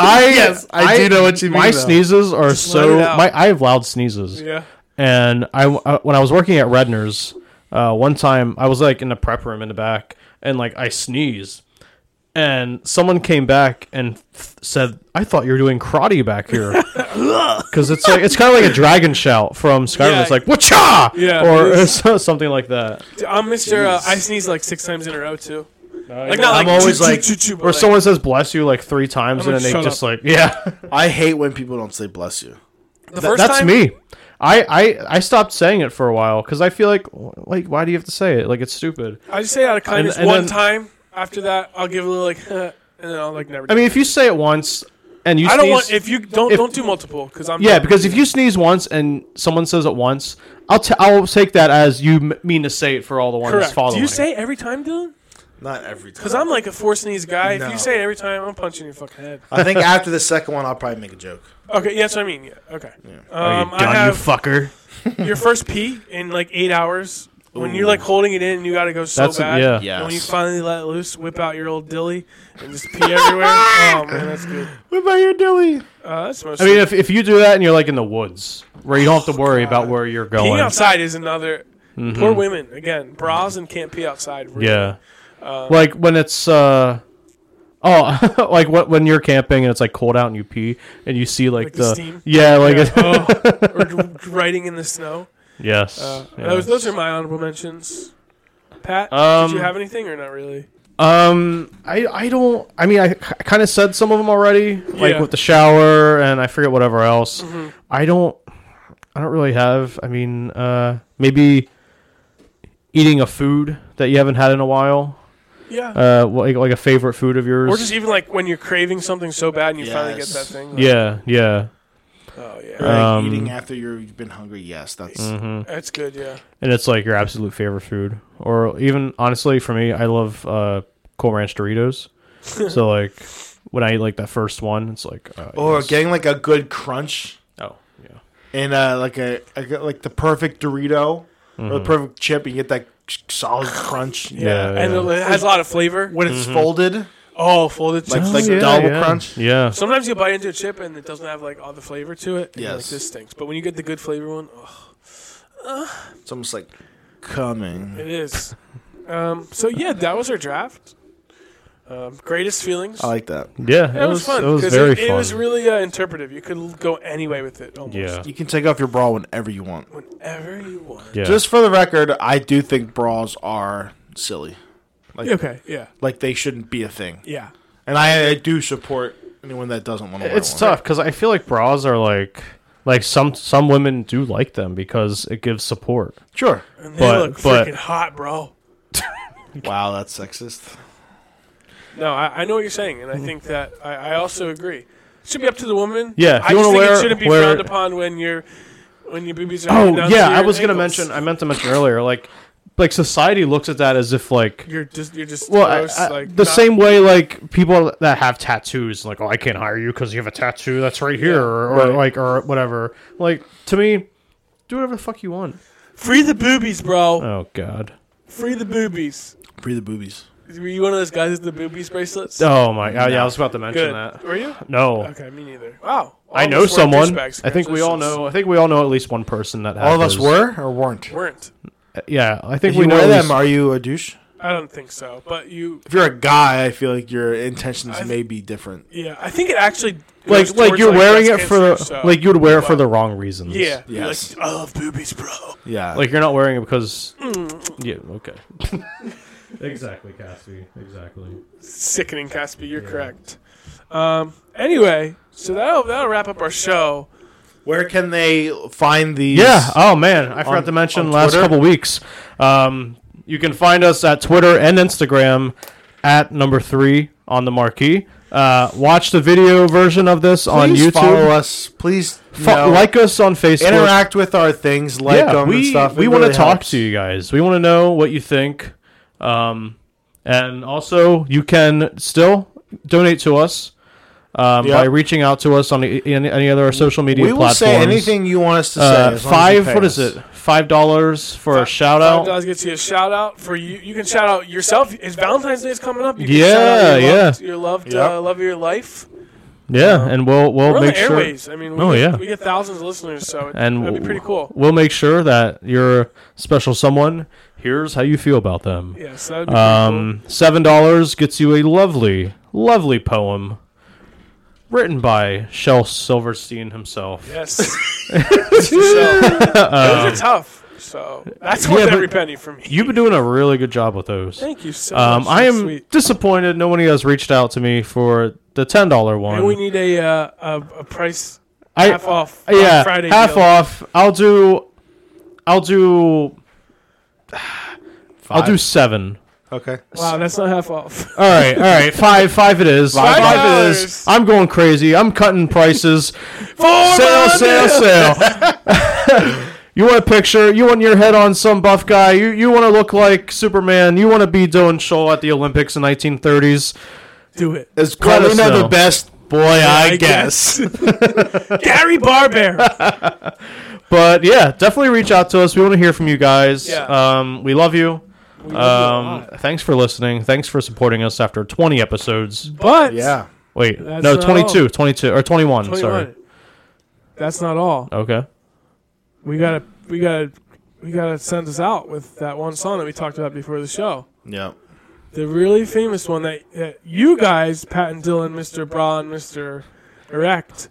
S1: I
S2: Yes, I do know what you mean,
S1: My
S2: though.
S1: sneezes are
S3: let
S1: so
S3: it out.
S1: my I have loud sneezes.
S3: yeah,
S1: and I uh, when I was working at Redner's, uh, one time I was like in the prep room in the back, and like I sneezed, and someone came back and f- said, "I thought you were doing karate back here," because it's like it's kind of like a dragon shout from Skyrim.
S3: Yeah.
S1: It's like "wacha"
S3: Yeah,
S1: or
S3: it
S1: something like that.
S3: Dude, I'm Mr. Uh, I sneeze like six times in a row too. Like not
S2: I'm
S3: like
S2: always
S3: choo,
S2: like-
S3: choo, choo, but,
S1: Or
S3: like,
S1: someone says "bless you" like three times,
S3: I'm
S1: and
S3: like,
S1: then they
S3: "Shut
S1: just like yeah.
S2: I hate when people don't say bless you.
S3: The
S1: Th-
S3: first
S1: that's
S3: time,
S1: me. I, I I stopped saying it for a while because I feel like like why do you have to say it? Like it's stupid.
S3: I just say it out of kindness
S1: and
S3: one
S1: then-
S3: time. After that, I'll give a little like, and then I'll like never.
S1: I mean, if you say it once and you
S3: I
S1: sneeze,
S3: don't want if you don't
S1: if-
S3: don't do multiple because I'm
S1: yeah, because if you sneeze once and someone says it once, I'll t- I'll take that as you m- mean to say it for all the ones
S3: correct.
S1: following.
S3: Do you say it every time, Dylan?
S2: Not every time.
S3: Because I'm like a four sneeze guy. If
S2: No.
S3: you say it every time, I'm punching your fucking head.
S2: I think after the second one, I'll probably make a joke.
S3: Okay, yeah, that's what I mean. Yeah, okay.
S1: Are you
S3: Um, I
S1: done, you
S3: have
S1: fucker?
S3: your first pee in like eight hours. When you're like holding it in and you gotta go so
S1: That's a-
S3: bad,
S1: yeah.
S3: and when you
S4: Yes.
S3: finally let loose, whip out your old dilly and just pee everywhere. oh man, that's good.
S2: What about your dilly?
S3: Uh, that's mostly.
S1: I mean, if, if you do that and you're like in the woods where you don't have to
S3: Oh,
S1: worry about where you're
S3: peeing
S1: going.
S3: outside is another.
S1: Mhm.
S3: Poor women again, bras and can't pee outside. really.
S1: Yeah.
S3: Um,
S1: like when it's uh oh like what when you're camping and it's like cold out and you pee and you see like,
S3: Like the
S1: the,
S3: steam?
S1: yeah like
S3: Yeah.
S1: it-
S3: Oh, or dr- riding in the snow.
S1: yes,
S3: Uh,
S1: yes.
S3: those, those are my honorable mentions. Pat,
S1: Um,
S3: did you have anything or not really?
S1: um I I don't I mean I, kind of said some of them already like
S3: Yeah. Mm-hmm.
S1: with the shower and I forget whatever else I don't I don't really have I mean uh maybe eating a food that you haven't had in a while
S3: Yeah.
S1: uh like, like a favorite food of yours
S3: or just even like when you're craving something so bad and you finally get
S4: Yes.
S3: that thing. like,
S1: yeah yeah
S3: Oh yeah.
S1: Uh, Um,
S4: eating after you're, you've been hungry. Yes, that's
S2: Mm-hmm.
S1: mhm.
S3: That's good. Yeah.
S1: and it's like your absolute favorite food or even honestly for me i love uh cool ranch doritos so like when i eat like that first one it's like uh,
S2: Or
S1: yes.
S2: getting like a good crunch
S1: oh yeah
S2: and uh, like a, I got, like the perfect Dorito or the perfect chip. You get that solid crunch
S1: Yeah,
S3: And
S1: yeah.
S3: it has a lot of flavor.
S2: when
S1: Mm-hmm.
S2: it's folded,
S3: Oh, folded
S2: like
S3: chips.
S2: like
S1: yeah,
S2: double
S1: yeah.
S2: crunch.
S1: yeah
S3: Sometimes you bite into a chip and it doesn't have like all the flavor to it. and you're
S4: Yes.
S3: Like this stinks. But when you get the good flavor one, oh,
S4: it's almost like
S3: it
S4: coming.
S3: is. um. So yeah, that was our draft. Um, greatest feelings.
S4: I like that.
S1: yeah
S3: That was, fun.
S1: it was
S3: 'cause
S1: very
S3: it,
S1: fun
S3: It was really uh, interpretive. You could l- go any way with it almost.
S1: yeah
S4: You can take off your bra whenever you want.
S3: Whenever you want.
S1: yeah
S4: Just for the record, I do think bras are silly. Like,
S3: Okay. Yeah.
S4: like they shouldn't be a thing.
S3: Yeah.
S4: And I, I do support anyone that doesn't want to wear
S1: it's
S4: one.
S1: tough because i feel like bras are like like some some women do like them because it gives support
S4: Sure.
S3: And they
S1: But-
S3: look
S1: but-
S3: freaking hot, bro.
S4: Wow, that's sexist.
S3: No, I, I know what you're saying, and I think that I, I also agree. It should be up to the woman.
S1: Yeah, if
S3: I
S1: you
S3: just
S1: wanna
S3: think it
S1: wear-
S3: shouldn't be
S1: wear-
S3: frowned upon when you're when your boobies are. hanging
S1: oh
S3: down
S1: yeah
S3: to
S1: i
S3: your
S1: was gonna
S3: ankles.
S1: mention i meant to mention earlier like like society looks at that as if like
S3: You're just you're just
S1: Well, I-
S3: gross,
S1: I-
S3: like,
S1: the
S3: not-
S1: same way like people that have tattoos, like, oh, I can't hire you because you have a tattoo that's right here, or, or
S3: right.
S1: like, or whatever. Like to me, do whatever the fuck you want.
S3: Free the boobies, bro.
S1: Oh God.
S3: Free the boobies.
S4: Free the boobies.
S3: Were you one of those guys with the boobies bracelets?
S1: Oh my. God. Yeah, I was about to mention
S3: Good.
S1: that.
S3: Were you?
S1: No,
S3: Okay, me neither. Wow. All
S1: I
S3: of
S1: know
S3: us were
S1: someone.
S3: douchebags.
S1: I think we all
S3: Congratulations.
S1: know. I think we all know at least one person that. Had
S4: All of us
S1: those.
S4: were or weren't?
S3: Weren't.
S1: Yeah, I think
S4: If
S1: we
S4: you
S1: know
S4: wear
S1: at
S4: them,
S1: least-
S4: are you a douche?
S3: I don't think so. But you,
S4: If you're a guy, I feel like your intentions
S3: I-
S4: may be different.
S3: yeah, I think it actually goes
S1: Like, like
S3: towards,
S1: you're wearing it
S3: breast
S1: for
S3: cancer,
S1: the,
S3: so-
S1: like you would wear it for
S3: but-
S1: the wrong reasons.
S3: yeah, you're
S4: Yes.
S3: Like, I love boobies, bro.
S4: Yeah.
S1: Like you're not wearing it because. Yeah. Okay. exactly, Cassie. Exactly.
S3: Sickening, Caspi. You're correct. Um, anyway, so that'll that'll wrap up our show.
S4: where can they find these?
S1: Yeah. Oh man, I forgot
S4: On-
S1: to mention
S4: on
S1: last
S4: Twitter?
S1: couple weeks. Um, you can find us at Twitter and Instagram at number three on the marquee. Uh, watch the video version of this on
S4: Please
S1: YouTube.
S4: Follow us, please. you
S1: Fo-
S4: know,
S1: like us on Facebook.
S4: interact with our things, like
S1: yeah,
S4: them
S1: we
S4: and stuff.
S1: we
S4: It
S1: want to
S4: really
S1: talk
S4: helps.
S1: to you guys. We want to know what you think. Um, and also you can still donate to us. Um,
S4: Yeah.
S1: By reaching out to us on the- any, any other social media
S4: We will
S1: platforms,
S4: say anything you want us to say.
S1: Uh,
S4: as long as you
S1: five.
S4: pay
S1: What
S4: us.
S1: is it? Five dollars for a shout
S3: Five
S1: out.
S3: dollars gets you a shout out for you. You can shout out yourself. Is Valentine's Day is coming up? You can
S1: Yeah,
S3: shout out your
S1: yeah.
S3: loved, your loved
S4: Yep.
S3: uh, love of your life.
S1: Yeah, and we'll we'll
S3: We're on
S1: make
S3: the
S1: sure
S3: airways. I mean, we,
S1: Oh,
S3: get,
S1: yeah.
S3: we get thousands of listeners, so it,
S1: and
S3: that'd be pretty cool.
S1: We'll make sure that your special someone hears how you feel about them.
S3: Yeah, so that'd be pretty cool.
S1: Um, seven dollars gets you a lovely, lovely poem written by Shel Silverstein himself.
S3: Yes. so, those are tough. So that's worth
S1: Uh, Yeah, but-
S3: every penny for me.
S1: You've been doing a really good job with those.
S3: Thank you so
S1: Um,
S3: much.
S1: I
S3: That's
S1: am
S3: Sweet.
S1: disappointed no one has reached out to me for the ten dollar one.
S3: And we need a uh, a, a price
S1: I,
S3: half off. on
S1: uh, yeah,
S3: Friday
S1: half
S3: deal.
S1: off. I'll do. I'll do. i I'll do seven.
S4: Okay.
S3: Wow, that's not half off.
S1: All right, all right, five, five it is.
S3: Five
S1: Five, it
S3: dollars.
S1: is. I'm going crazy. I'm cutting prices.
S3: Four
S1: sale,
S3: months!
S1: sale, sale. you want a picture? You want your head on some buff guy? You you want to look like Superman? You want to be Dylan Scholl at the Olympics in 1930s?
S3: Do it.
S4: Is
S1: Let us
S4: Carlina
S1: know.
S4: the best boy? I, guess.
S3: Gary Barber.
S1: But yeah, definitely reach out to us. We want to hear from you guys.
S3: Yeah.
S1: Um, we love you.
S3: We love you a
S1: Um,
S3: lot.
S1: thanks for listening. Thanks for supporting us after 20 episodes.
S3: But
S2: Yeah.
S1: Wait,
S3: That's
S1: no,
S3: not
S1: 22, 22 or 21,
S3: 21.
S1: Sorry.
S3: That's not all.
S1: Okay.
S3: We gotta we gotta we gotta send us out with that one song that we talked about before the show.
S2: Yeah.
S3: The really famous one that, that you guys, Pat and Dylan, Mr. Bra and Mr. Erect,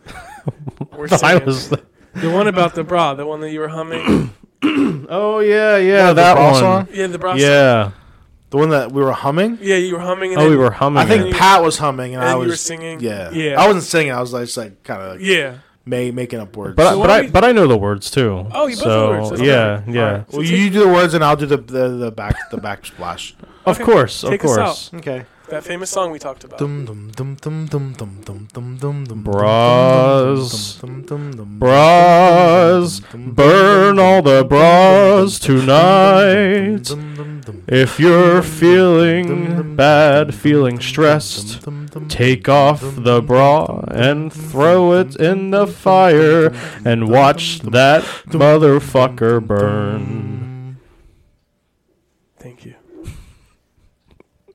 S3: were
S1: I
S3: singing.
S1: was.
S3: the one about the bra, the one that you were humming.
S1: Oh yeah, yeah,
S2: What, the
S1: that
S2: Brawl
S1: one.
S2: song?
S3: yeah, the bra. song.
S1: Yeah.
S2: The one that we were humming?
S3: Yeah, you were humming. And
S1: Oh,
S3: then-
S1: we were humming.
S2: I think
S1: it.
S2: Pat was humming and,
S3: And
S2: I
S3: you
S2: was
S3: were singing.
S2: Yeah.
S3: Yeah.
S2: I wasn't singing. I was like, just like kind of
S3: Yeah.
S2: may making up words.
S1: But,
S3: So
S1: I, but
S3: why
S1: I
S3: don't we-
S1: but I know the words too.
S3: Oh, you both know
S1: so,
S3: the words. That's
S1: Yeah,
S3: okay.
S1: yeah.
S3: All right.
S2: well,
S3: So
S2: you do the words and I'll do the the, the back the backsplash.
S1: Of
S3: Okay,
S1: course, of
S3: take us
S1: course.
S2: Okay.
S3: That famous song we talked about.
S2: Dum dum dum dum dum dum dum dum dum dum.
S1: Bras.
S2: Dum, dum, dum, dum,
S1: Bras,
S2: dum, dum,
S1: burn
S2: dum,
S1: all the
S2: dum,
S1: bras
S2: dum, dum, dum,
S1: tonight.
S2: dum, dum, dum, dum.
S1: If you're feeling bad, feeling stressed, take off the bra and throw it in the fire and watch that motherfucker burn.